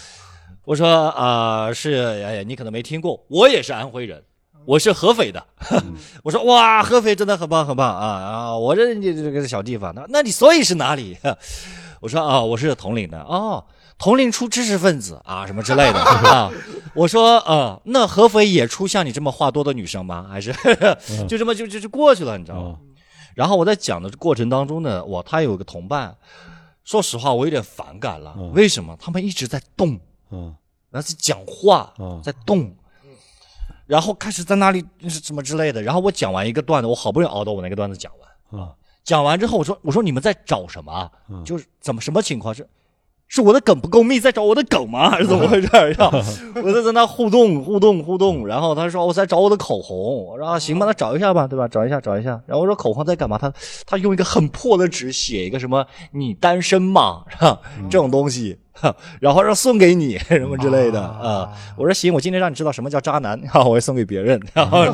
Speaker 1: 我说啊、是哎呀，你可能没听过，我也是安徽人，我是合肥的。 我说哇，合肥真的很棒很棒啊啊！我这这这个小地方，那那你所以是哪里？ 我说啊，我是铜陵的哦，铜陵出知识分子啊，什么之类的啊。我说啊，那合肥也出像你这么话多的女生吗？还是 就这么就就就过去了，你知道吗？
Speaker 3: 啊，
Speaker 1: 然后我在讲的过程当中呢，哇，他有一个同伴，说实话我有点反感了，
Speaker 3: 嗯
Speaker 1: 为什么？他们一直在动。
Speaker 3: 嗯
Speaker 1: 然后在讲话，
Speaker 3: 嗯
Speaker 1: 在动，然后开始在那里是什么之类的。然后我讲完一个段子，我好不容易熬到我那个段子讲完，
Speaker 3: 啊，
Speaker 1: 讲完之后我说我说你们在找什么啊？
Speaker 3: 嗯
Speaker 1: 就是怎么什么情况是？是我的梗不够密，在找我的梗吗？还是怎么回事儿？然后 我就在那互动互动互动，然后他说哦我在找我的口红，我说啊行吧，那找一下吧，对吧？找一下找一下。然后我说口红在干嘛？他他用一个很破的纸写一个什么你单身吗？是吧
Speaker 3: 嗯
Speaker 1: 这种东西， 哈然后让送给你什么之类的啊
Speaker 4: 啊。
Speaker 1: 我说行，我今天让你知道什么叫渣男， 哈，我会送给别人。然 后然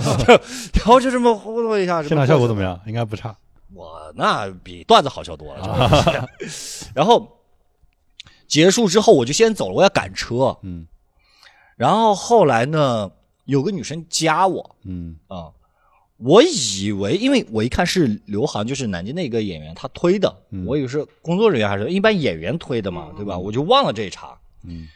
Speaker 1: 后就这么互动一下，
Speaker 3: 现场效果怎么样？应该不差。
Speaker 1: 我那比段子好笑多了，真的是 然后结束之后我就先走了，我要赶车。
Speaker 3: 嗯
Speaker 1: 然后后来呢，有个女生加我
Speaker 3: 嗯
Speaker 1: 啊、我以为因为我一看是刘航，就是南京的一个演员，他推的，
Speaker 3: 嗯
Speaker 1: 我以为是工作人员还是一般演员推的嘛，对吧？我就忘了这一茬。
Speaker 3: 嗯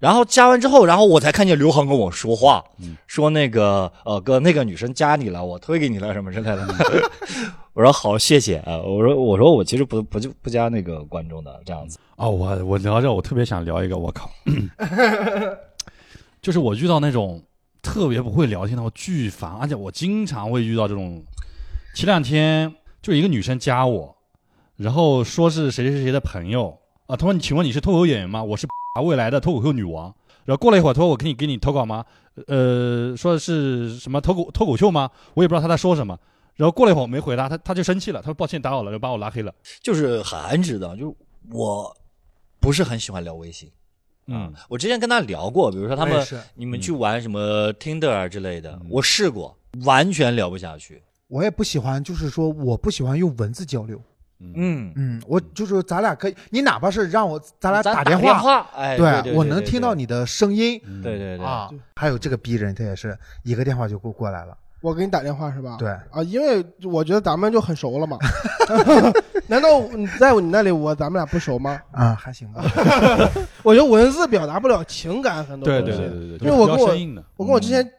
Speaker 1: 然后加完之后，然后我才看见刘航跟我说话，
Speaker 3: 嗯
Speaker 1: 说那个呃哥，那个女生加你了，我推给你了什么之类的。
Speaker 3: 嗯
Speaker 1: 我说好，谢谢啊。我说我说我其实不不就不加那个观众的这样子。
Speaker 3: 哦，我我聊着，我特别想聊一个，我靠， 就是我遇到那种特别不会聊天的，我巨烦，而且我经常会遇到这种。前两天就一个女生加我，然后说是谁谁谁的朋友啊，她说你请问你是脱口秀演员吗？我是啊未来的脱口秀女王。然后过了一会儿，她说我给你给你投稿吗？呃，说是什么脱口脱口秀吗？我也不知道她在说什么。然后过了一会儿我没回答，她她就生气了，她说抱歉打扰了，然后把我拉黑了。
Speaker 1: 就是韩知道，就是我不是很喜欢聊微信。
Speaker 3: 嗯，
Speaker 1: 我之前跟他聊过，比如说他
Speaker 4: 我
Speaker 1: 们
Speaker 4: 也是
Speaker 1: 你们去玩什么 Tinder 啊之类的，我试过，完全聊不下去。
Speaker 4: 我也不喜欢，就是说我不喜欢用文字交流。
Speaker 1: 嗯，
Speaker 4: 嗯，我就是咱俩可以，你哪怕是让我咱俩
Speaker 1: 咱
Speaker 4: 打
Speaker 1: 电
Speaker 4: 电
Speaker 1: 哎，
Speaker 4: 对
Speaker 1: 对对
Speaker 4: 我能听到。你的声音
Speaker 1: 对对对对，
Speaker 4: 啊。还有这个逼人，他也是一个电话就过过来了。
Speaker 2: 我给你打电话是吧？
Speaker 4: 对
Speaker 2: 啊，因为我觉得咱们就很熟了嘛。 难道你在你那里我咱们俩不熟吗？
Speaker 4: 啊，还 行吧。
Speaker 2: 我觉得文字表达不了情感，很多
Speaker 3: 对
Speaker 2: 东西。
Speaker 3: 对对对对，
Speaker 2: 因为我
Speaker 3: 就是比较
Speaker 2: 跟我
Speaker 3: 生硬的，
Speaker 2: 我跟我之
Speaker 4: 嗯
Speaker 2: 前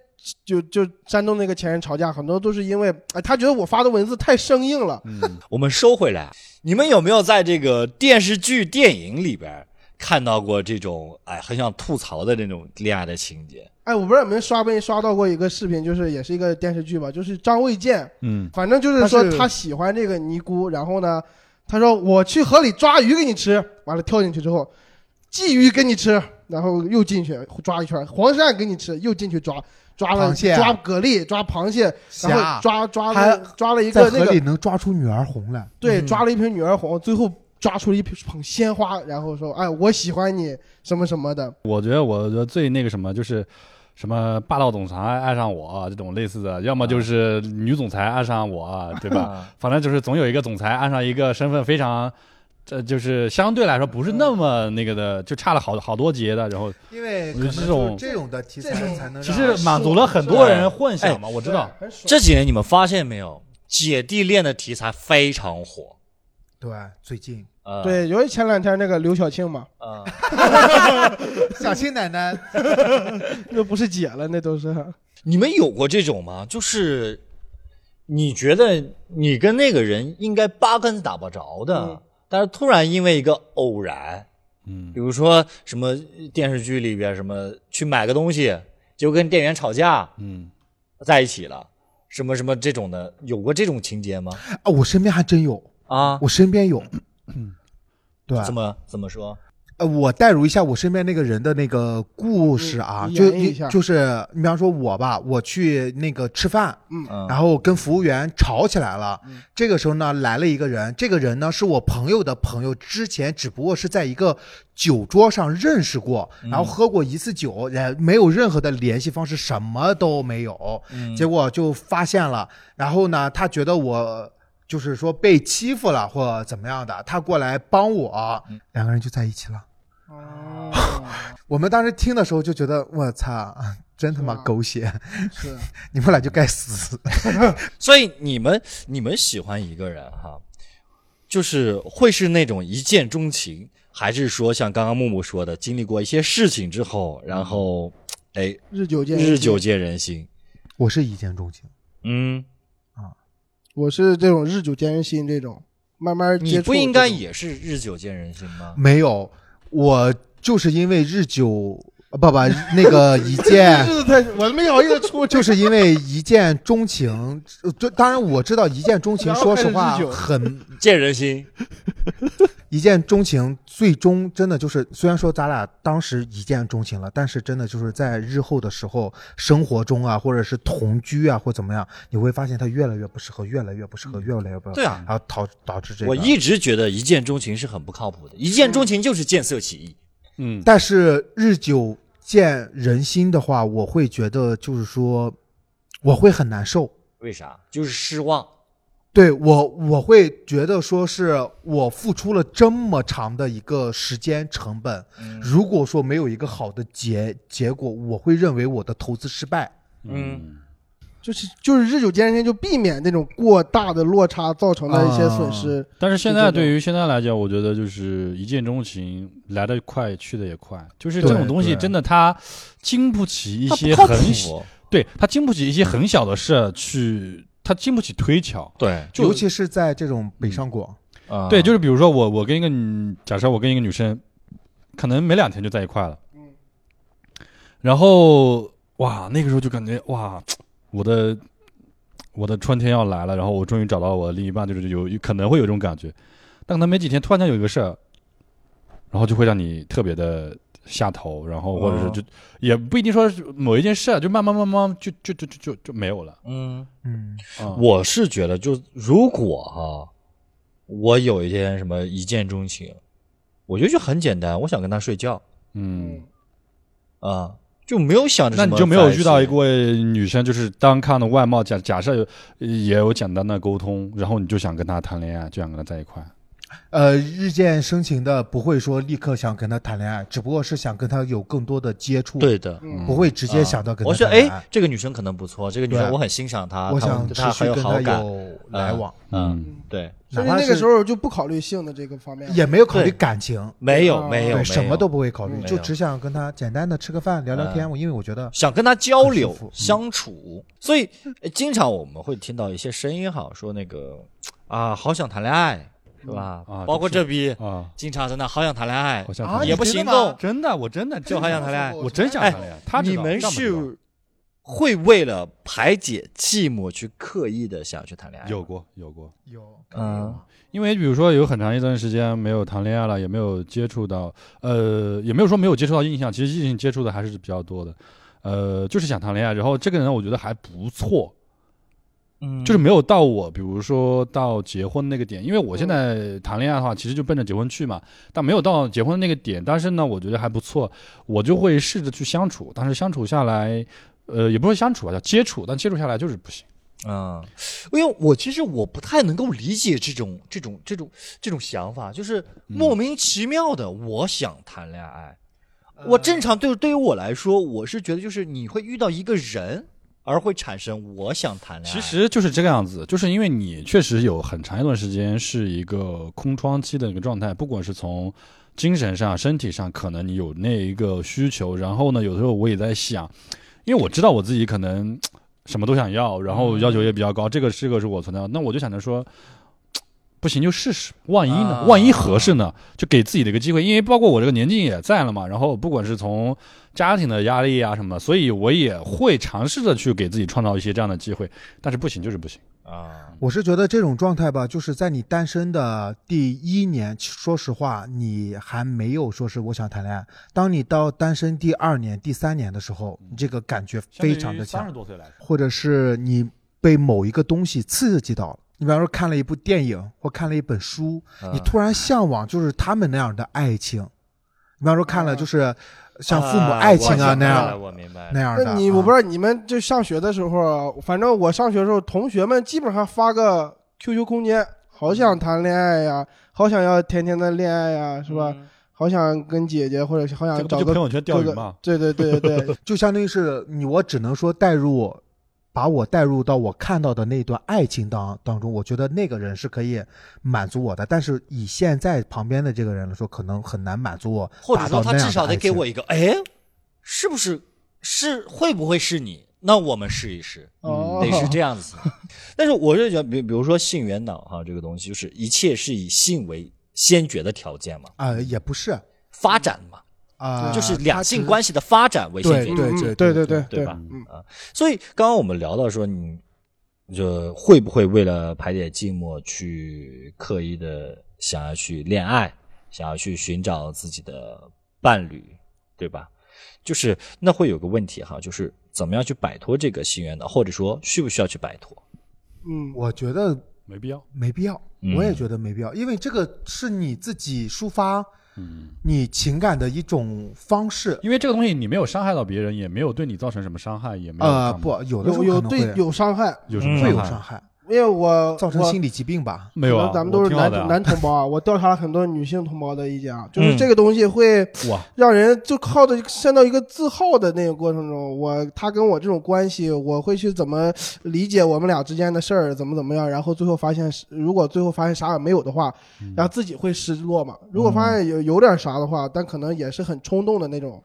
Speaker 2: 就就山东那个前任吵架，很多都是因为哎，他觉得我发的文字太生硬了。
Speaker 3: 嗯，
Speaker 1: 我们收回来，你们有没有在这个电视剧、电影里边看到过这种哎很想吐槽的那种恋爱的情节？
Speaker 2: 哎，我不知道你们刷没刷到过一个视频，就是也是一个电视剧吧，就是张卫健，
Speaker 3: 嗯
Speaker 2: 反正就是说
Speaker 4: 他是
Speaker 2: 他喜欢这个尼姑，然后呢，他说我去河里抓鱼给你吃，完了跳进去之后，鲫鱼给你吃，然后又进去抓一圈，黄鳝给你吃，又进去抓，抓了
Speaker 4: 螃蟹啊
Speaker 2: 抓蛤蜊、抓螃蟹，然后
Speaker 4: 虾
Speaker 2: 抓抓
Speaker 4: 还
Speaker 2: 了抓了一
Speaker 4: 啊在
Speaker 2: 个那
Speaker 4: 河
Speaker 2: 个
Speaker 4: 里能抓出女儿红来，
Speaker 2: 对，
Speaker 3: 嗯
Speaker 2: 抓了一瓶女儿红，最后抓出了一瓶捧鲜花，然后说哎我喜欢你什么什么的，
Speaker 3: 我觉得我觉得最那个什么就是。什么霸道总裁爱上我、啊这种类似的，要么就是女总裁爱上我、啊对吧？反正就是总有一个总裁按上一个身份非常，这、就是相对来说不是那么那个的，就差了好好多节的。然后
Speaker 4: 因为
Speaker 3: 我觉得这种
Speaker 4: 这种的题材
Speaker 2: 这种
Speaker 4: 才能
Speaker 3: 其
Speaker 4: 让
Speaker 3: 实满足了很多人幻想嘛，我知道。
Speaker 2: 很爽。
Speaker 1: 这几年你们发现没有，姐弟恋的题材非常火。
Speaker 4: 对最近
Speaker 1: 呃，
Speaker 2: 对，尤其前两天那个刘晓庆嘛，
Speaker 1: 呃，
Speaker 4: 小青奶 奶
Speaker 2: 那不是姐了，那都是
Speaker 1: 你们有过这种吗？就是你觉得你跟那个人应该八竿子打不着的，
Speaker 2: 嗯
Speaker 1: 但是突然因为一个偶然，
Speaker 3: 嗯
Speaker 1: 比如说什么电视剧里边什么去买个东西，就跟店员吵架
Speaker 3: 嗯，
Speaker 1: 在一起了，什么什么这种的，有过这种情节吗？
Speaker 4: 啊，我身边还真有，
Speaker 1: 啊，
Speaker 4: 我身边有，嗯对，
Speaker 1: 怎么怎么说？
Speaker 4: 呃，我代入一下我身边那个人的那个故事啊，
Speaker 2: 嗯
Speaker 4: 就
Speaker 2: 演绎一下
Speaker 4: 就是你比方说我吧，我去那个吃饭，
Speaker 1: 嗯，
Speaker 4: 然后跟服务员吵起来了。
Speaker 2: 嗯
Speaker 4: 这个时候呢，来了一个人，这个人呢是我朋友的朋友，之前只不过是在一个酒桌上认识过，然后喝过一次酒，也没有任何的联系方式，什么都没有。
Speaker 1: 嗯
Speaker 4: 结果就发现了，然后呢，他觉得我。就是说被欺负了或怎么样的，他过来帮我，两个人就在一起了。
Speaker 2: 哦，
Speaker 4: 我们当时听的时候就觉得，我操，真他妈
Speaker 2: 是吧
Speaker 4: 狗血！
Speaker 2: 是
Speaker 4: 你们俩就该死。
Speaker 1: 所以你们你们喜欢一个人哈，就是会是那种一见钟情，还是说像刚刚木木说的，经历过一些事情之后，然后哎
Speaker 2: 日久见人
Speaker 1: 日久
Speaker 2: 心，
Speaker 1: 见人心？
Speaker 4: 我是一见钟情，
Speaker 1: 嗯，
Speaker 2: 我是这种日久见人心这种，慢慢接
Speaker 1: 你
Speaker 2: 触
Speaker 1: 不应该
Speaker 2: 这种
Speaker 1: 也是日久见人心吗？
Speaker 4: 没有，我就是因为日久，啊不不，那个一 见
Speaker 2: 日，子太，我没好意思出
Speaker 4: 就是因为一见钟情。呃这当然我知道一见钟情，
Speaker 2: 然后
Speaker 4: 说
Speaker 2: 开
Speaker 4: 实
Speaker 2: 始
Speaker 4: 话
Speaker 2: 日久
Speaker 4: 很
Speaker 1: 见人心，
Speaker 4: 一见钟情，最终真的就是，虽然说咱俩当时一见钟情了，但是真的就是在日后的时候，生活中啊，或者是同居啊，或怎么样，你会发现他越来越不适合，越来越
Speaker 2: 嗯
Speaker 4: 不适合，越来越不适合，
Speaker 1: 对啊
Speaker 4: 然后导导致这个。
Speaker 1: 我一直觉得一见钟情是很不靠谱的，一见钟情就是见色起意。
Speaker 3: 嗯，
Speaker 4: 但是日久见人心的话，我会觉得就是说，我会很难受。
Speaker 1: 为啥？就是失望。
Speaker 4: 对我，我会觉得说是我付出了这么长的一个时间成本，如果说没有一个好的结结果，我会认为我的投资失败。
Speaker 1: 嗯
Speaker 2: 就是就是日久见人心，就避免那种过大的落差造成的一些损失。
Speaker 3: 但是现在
Speaker 2: 是这种
Speaker 3: 对于现在来讲，我觉得就是一见钟情来得快，去得也快，就是这
Speaker 4: 对
Speaker 3: 种东西
Speaker 4: 对
Speaker 3: 真的它经不起一
Speaker 1: 它
Speaker 3: 些
Speaker 1: 不靠
Speaker 3: 很
Speaker 1: 谱，
Speaker 3: 对它经不起一些很小的事去，它经不起推敲。
Speaker 1: 对，
Speaker 3: 就
Speaker 4: 尤其是在这种北上广，
Speaker 1: 啊
Speaker 3: 对，就是比如说我我跟一个女，假设我跟一个女生，可能没两天就在一块了，
Speaker 2: 嗯
Speaker 3: 然后哇，那个时候就感觉哇，我的我的春天要来了，然后我终于找到我的另一半，就是有可能会有这种感觉，但可能没几天，突然间有一个事儿，然后就会让你特别的下头，然后或者是
Speaker 1: 哦
Speaker 3: 就、也不一定说是某一件事儿，就慢慢慢慢就就就就就就没有了。
Speaker 1: 嗯。
Speaker 4: 嗯，
Speaker 3: 嗯、
Speaker 1: 我是觉得就，如果哈、我有一天什么一见钟情，我觉得就很简单，我想跟他睡觉
Speaker 3: 嗯。
Speaker 1: 啊，就没有想着
Speaker 3: 那
Speaker 1: 什么
Speaker 3: 你就没有
Speaker 1: 在起
Speaker 3: 遇到一位女生，就是单看的外貌假假设有也有简单的沟通，然后你就想跟她谈恋爱，就想跟她在一块。
Speaker 4: 呃，日渐深情的不会说立刻想跟他谈恋爱，只不过是想跟他有更多的接触，，
Speaker 1: 对的，
Speaker 2: 嗯，
Speaker 4: 不会直接
Speaker 1: 啊
Speaker 4: 想到跟
Speaker 1: 我
Speaker 4: 他
Speaker 1: 觉
Speaker 4: 谈
Speaker 1: 得
Speaker 4: 恋爱。
Speaker 1: 哎，这个女生可能不错，这个女生
Speaker 4: 对啊
Speaker 1: 我很欣赏她，
Speaker 4: 我
Speaker 1: 她
Speaker 4: 想
Speaker 1: 啊对
Speaker 4: 持
Speaker 1: 她
Speaker 4: 续
Speaker 1: 很有
Speaker 4: 跟
Speaker 1: 好
Speaker 4: 他
Speaker 1: 感，
Speaker 4: 有来往，
Speaker 1: 嗯，对，
Speaker 2: 所以
Speaker 4: 哪怕
Speaker 2: 那个
Speaker 4: 是
Speaker 2: 时候就不考虑性的这个方面了。
Speaker 4: 也没有考虑
Speaker 1: 对
Speaker 4: 感情，
Speaker 1: 没有
Speaker 2: 啊
Speaker 1: 没有
Speaker 4: 对，
Speaker 1: 没
Speaker 4: 什么
Speaker 1: 有嗯
Speaker 4: 都不会考虑，
Speaker 2: 嗯
Speaker 1: 没
Speaker 4: 就
Speaker 1: 有
Speaker 4: 只想跟他简单的吃个饭、聊聊天。我因为我觉得
Speaker 1: 想跟他交
Speaker 4: 很
Speaker 1: 流
Speaker 4: 舒服嗯
Speaker 1: 相处，所以呃经常我们会听到一些声音哈，说那个啊，好想谈恋爱，是吧？
Speaker 3: 嗯啊
Speaker 1: 包括
Speaker 3: 就
Speaker 1: 这逼
Speaker 3: 啊，
Speaker 1: 经常在那好想谈恋爱
Speaker 3: 好，像
Speaker 4: 啊
Speaker 3: 谈
Speaker 1: 也
Speaker 3: 恋
Speaker 1: 不
Speaker 4: 你
Speaker 1: 行
Speaker 4: 真的
Speaker 1: 动
Speaker 3: 爱，
Speaker 4: 吗
Speaker 3: 真的，我真的就
Speaker 1: 好想谈恋爱
Speaker 3: 我真想谈恋爱。她知
Speaker 1: 你
Speaker 3: 道
Speaker 1: 们
Speaker 3: 丈夫知道
Speaker 1: 是会为了排解寂寞去刻意的想去谈恋爱？
Speaker 3: 有过有过，
Speaker 4: 有
Speaker 1: 嗯
Speaker 3: 因为比如说有很长一段时间没有谈恋爱了，也没有接触到，呃，也没有说没有接触到印象，其实异性接触的还是比较多的。呃，就是想谈恋爱，然后这个人我觉得还不错，
Speaker 1: 嗯
Speaker 3: 就是没有到我，比如说到结婚那个点，因为我现在谈恋爱的话，其实就奔着结婚去嘛，但没有到结婚那个点。但是呢，我觉得还不错，我就会试着去相处，但是相处下来，呃，也不是相处吧，叫接触，但接触下来就是不行。
Speaker 1: 嗯，因为我其实我不太能够理解这种这种这种这种想法，就是莫名其妙的我想谈恋爱。
Speaker 4: 嗯
Speaker 1: 我正常对对于我来说，我是觉得就是你会遇到一个人，而会产生我想谈恋爱。
Speaker 3: 其实就是这个样子，就是因为你确实有很长一段时间是一个空窗期的一个状态，不管是从精神上、身体上，可能你有那一个需求。然后呢，有时候我也在想，因为我知道我自己可能什么都想要，然后要求也比较高，这个这个是我存在的。那我就想着说，不行就试试，万一呢？
Speaker 1: 啊
Speaker 3: 万一合适呢？就给自己的一个机会，因为包括我这个年纪也在了嘛，然后不管是从家庭的压力啊什么的，所以我也会尝试着去给自己创造一些这样的机会，但是不行就是不行。
Speaker 1: 啊，
Speaker 4: 我是觉得这种状态吧，就是在你单身的第一年，其说实话，你还没有说是我想谈恋爱。当你到单身第二年、第三年的时候，你这个感觉非常的强，
Speaker 3: 多岁来
Speaker 4: 或者是你被某一个东西刺激到了。你比方说看了一部电影或看了一本书，
Speaker 1: 嗯
Speaker 4: 你突然向往就是他们那样的爱情。你比方说看了就是像父母爱情啊那样
Speaker 1: 嗯我明白
Speaker 4: 那
Speaker 1: 了。
Speaker 4: 样的
Speaker 2: 那
Speaker 4: 啊。
Speaker 2: 你我不知道你们就上学的时候，啊反正我上学的时候，同学们基本上发个 QQ 空间，好
Speaker 4: 嗯
Speaker 2: 想谈恋爱呀，好想要甜甜的恋爱呀，是吧？
Speaker 4: 嗯
Speaker 2: 好想跟姐姐或者好想啊找
Speaker 3: 就朋
Speaker 2: 个
Speaker 3: 友圈钓鱼嘛。
Speaker 2: 对对对对 对，
Speaker 4: 就相当于是你，我只能说带入，把我带入到我看到的那段爱情当当中，我觉得那个人是可以满足我的，但是以现在旁边的这个人来说，可能很难满足我，
Speaker 1: 或者说
Speaker 4: 达到
Speaker 1: 他
Speaker 4: 那样
Speaker 1: 至少
Speaker 4: 的爱
Speaker 1: 得
Speaker 4: 情
Speaker 1: 给我一个，哎，是不是是会不会是你？那我们试一试。
Speaker 2: 哦，
Speaker 4: 嗯
Speaker 1: 得 是这样子。 但是我是觉得，比比如说性缘脑哈这个东西，就是一切是以性为先决的条件嘛，
Speaker 4: 啊、也不是啊、啊
Speaker 1: 发展嘛，嗯
Speaker 4: 嗯
Speaker 1: 就是两性关系的发展为先决
Speaker 4: 对
Speaker 1: 条
Speaker 4: 对
Speaker 1: 件，
Speaker 2: 嗯
Speaker 4: 对
Speaker 2: 对
Speaker 4: 对
Speaker 2: 对
Speaker 1: 对吧？
Speaker 2: 嗯
Speaker 1: 啊，所以刚刚我们聊到说你。就会不会为了排解寂寞，去刻意的想要去恋爱，想要去寻找自己的伴侣，对吧？就是那会有个问题哈，就是怎么样去摆脱这个性缘脑，或者说需不需要去摆脱？
Speaker 2: 嗯，
Speaker 4: 我觉得
Speaker 3: 没必要，
Speaker 4: 没必要，
Speaker 1: 嗯
Speaker 4: 我也觉得没必要，因为这个是你自己抒发
Speaker 3: 嗯，
Speaker 4: 你情感的一种方式。
Speaker 3: 因为这个东西你没有伤害到别人，也没有对你造成什么伤害，也没有
Speaker 4: 呃，
Speaker 3: 干嘛
Speaker 4: 不，有的时候
Speaker 2: 有
Speaker 4: 可
Speaker 2: 有
Speaker 4: 能
Speaker 2: 对
Speaker 4: 会
Speaker 2: 啊有伤害，
Speaker 3: 有什么
Speaker 4: 会有
Speaker 3: 害
Speaker 4: 伤害，
Speaker 2: 因为我
Speaker 4: 造成
Speaker 2: 我
Speaker 4: 心理疾病吧。
Speaker 3: 没有
Speaker 2: 可
Speaker 3: 啊
Speaker 2: 能？咱们都
Speaker 3: 我
Speaker 2: 是
Speaker 3: 挺好
Speaker 2: 男
Speaker 3: 的啊
Speaker 2: 男同胞啊，我调查了很多女性同胞的意见啊，就是
Speaker 1: 嗯
Speaker 2: 这个东西会
Speaker 3: 哇，
Speaker 2: 让人就靠着陷到一个自耗的那个过程中，我他跟我这种关系，我会去怎么理解我们俩之间的事儿，怎么怎么样，然后最后发现是，如果最后发现啥也没有的话，然后自己会失落嘛。如果发现有有点啥的话，但可能也是很冲动的那种，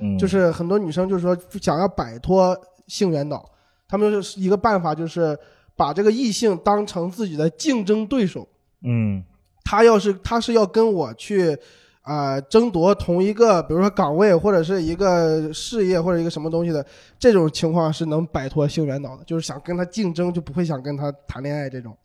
Speaker 1: 嗯，
Speaker 2: 就是很多女生就是说想要摆脱性缘脑，她们就是一个办法就是把这个异性当成自己的竞争对手。
Speaker 1: 嗯，
Speaker 2: 他要是他是要跟我去啊、呃争夺同一个，比如说岗位或者是一个事业或者一个什么东西的，这种情况是能摆脱性缘脑的，就是想跟他竞争就不会想跟他谈恋爱这种，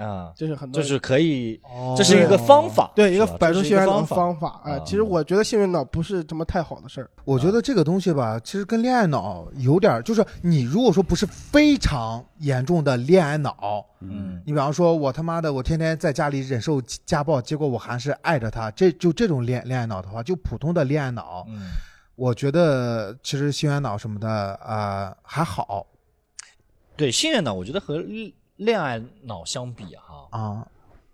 Speaker 1: 啊，
Speaker 2: 这是很多
Speaker 1: 就是可以，
Speaker 4: 哦
Speaker 1: 这是一个方法，
Speaker 2: 对一个
Speaker 1: 是吧
Speaker 2: 摆脱性缘脑
Speaker 1: 这是一个方
Speaker 2: 的
Speaker 1: 法。
Speaker 2: 方法啊、
Speaker 1: 啊
Speaker 2: 其实我觉得性缘脑不是什么太好的事儿，
Speaker 4: 我觉得这个东西吧，其实跟恋爱脑有点儿，就是你如果说不是非常严重的恋爱脑，
Speaker 1: 嗯，
Speaker 4: 你比方说我他妈的我天天在家里忍受家暴，结果我还是爱着他，这就这种恋恋爱脑的话，就普通的恋爱脑，
Speaker 1: 嗯
Speaker 4: 我觉得其实性缘脑什么的呃还好
Speaker 1: 对，性缘脑，我觉得和恋恋爱脑相比哈，
Speaker 4: 啊，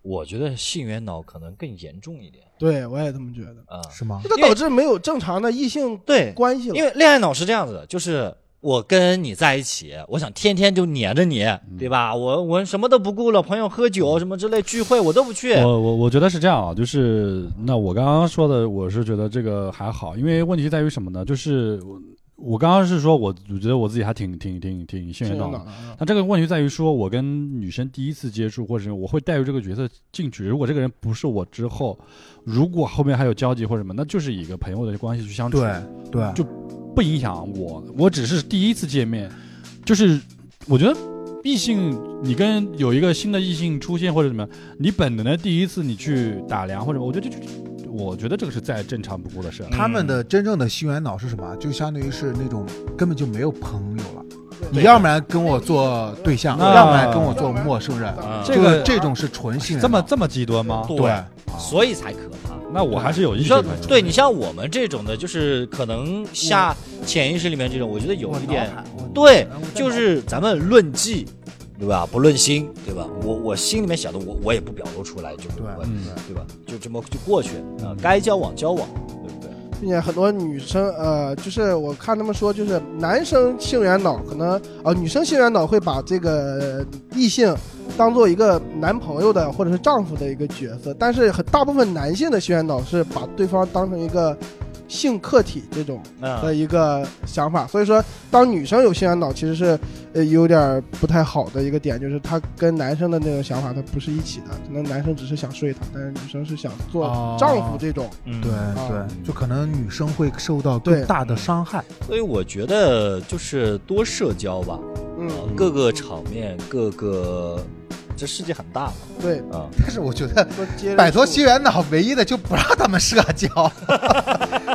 Speaker 1: 我觉得性缘脑可能更严重一点
Speaker 2: 对我也这么觉得，
Speaker 1: 啊。
Speaker 4: 是吗？
Speaker 2: 这导致没有正常的异性
Speaker 1: 对，
Speaker 2: 关系了，
Speaker 1: 因为恋爱脑是这样子的，就是我跟你在一起，我想天天就黏着你，对吧？我我什么都不顾了，朋友喝酒什么之类聚会我都不去。
Speaker 3: 我我我觉得是这样啊，就是那我刚刚说的，我是觉得这个还好，因为问题在于什么呢？就是我我刚刚是说我我觉得我自己还挺挺挺挺幸
Speaker 2: 性
Speaker 3: 运
Speaker 2: 缘脑
Speaker 3: 的啊。
Speaker 2: 的啊。
Speaker 3: 那这个问题在于说，我跟女生第一次接触，或者是我会带入这个角色进去。如果这个人不是我之后，如果后面还有交集或者什么，那就是以一个朋友的关系去相处，
Speaker 4: 对对，
Speaker 3: 就不影响我。我只是第一次见面，就是我觉得异性，你跟有一个新的异性出现或者怎么样，你本能的第一次你去打量或者我觉得这就我觉得这个是再正常不过的事儿。
Speaker 4: 他们的真正的心猿脑是什么？就相当于是那种根本就没有朋友了。你
Speaker 1: 对
Speaker 4: 要不然跟我做对象，
Speaker 2: 啊
Speaker 3: 那
Speaker 4: 要不然跟我做陌生人。
Speaker 1: 啊
Speaker 3: 这
Speaker 4: 就
Speaker 3: 个
Speaker 4: 是这种是纯性人，
Speaker 3: 这么这么极端吗？
Speaker 4: 对，
Speaker 1: 所以才可怕。
Speaker 3: 那我还是有意
Speaker 1: 你
Speaker 3: 识
Speaker 1: 像
Speaker 3: 的。
Speaker 1: 对你像我们这种的，就是可能下潜意识里面这种，我觉得有一点，对，就是咱们论迹，对吧？不论心，对吧？我我心里面想的，我我也不表露出来，就是
Speaker 4: 对
Speaker 1: 我
Speaker 3: 嗯
Speaker 1: 对吧？就这么就过去啊，该交往交往，对不对？
Speaker 2: 并且很多女生，呃，就是我看他们说，就是男生性缘脑可能，呃，女生性缘脑会把这个呃异性当做一个男朋友的或者是丈夫的一个角色，但是很大部分男性的性缘脑是把对方当成一个性客体这种
Speaker 1: 那
Speaker 2: 的一个想法。所以说，当女生有性缘脑，其实是呃有点儿不太好的一个点，就是她跟男生的那种想法，她不是一起的。可能男生只是想睡她，但是女生是想做
Speaker 4: 哦
Speaker 2: 丈夫这种。
Speaker 1: 嗯
Speaker 4: 对对，就可能女生会受到更
Speaker 2: 对
Speaker 4: 大的伤害。
Speaker 1: 所以我觉得就是多社交吧，
Speaker 2: 嗯
Speaker 1: 啊，各个场面，各个这世界很大嘛，
Speaker 2: 对，
Speaker 1: 啊，
Speaker 4: 但是我觉得
Speaker 2: 多接着
Speaker 4: 摆脱
Speaker 2: 处
Speaker 4: 心猿脑唯一的就不让他们社交，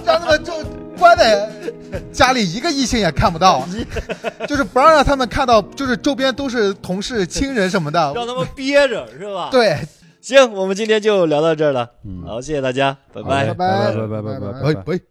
Speaker 4: 让他们就关在家里，一个异性也看不到，就是不让让他们看到，就是周边都是同事、亲人什么的。
Speaker 1: 让他们憋着是吧？，
Speaker 4: 对，
Speaker 1: 行，我们今天就聊到这儿了，
Speaker 3: 嗯，
Speaker 1: 好，谢谢大家，拜
Speaker 3: 好嘞
Speaker 1: 呃拜
Speaker 2: 拜
Speaker 3: 拜拜拜
Speaker 2: 拜
Speaker 3: 拜
Speaker 2: 拜
Speaker 3: 拜
Speaker 4: 喂
Speaker 3: 拜。
Speaker 4: 喂。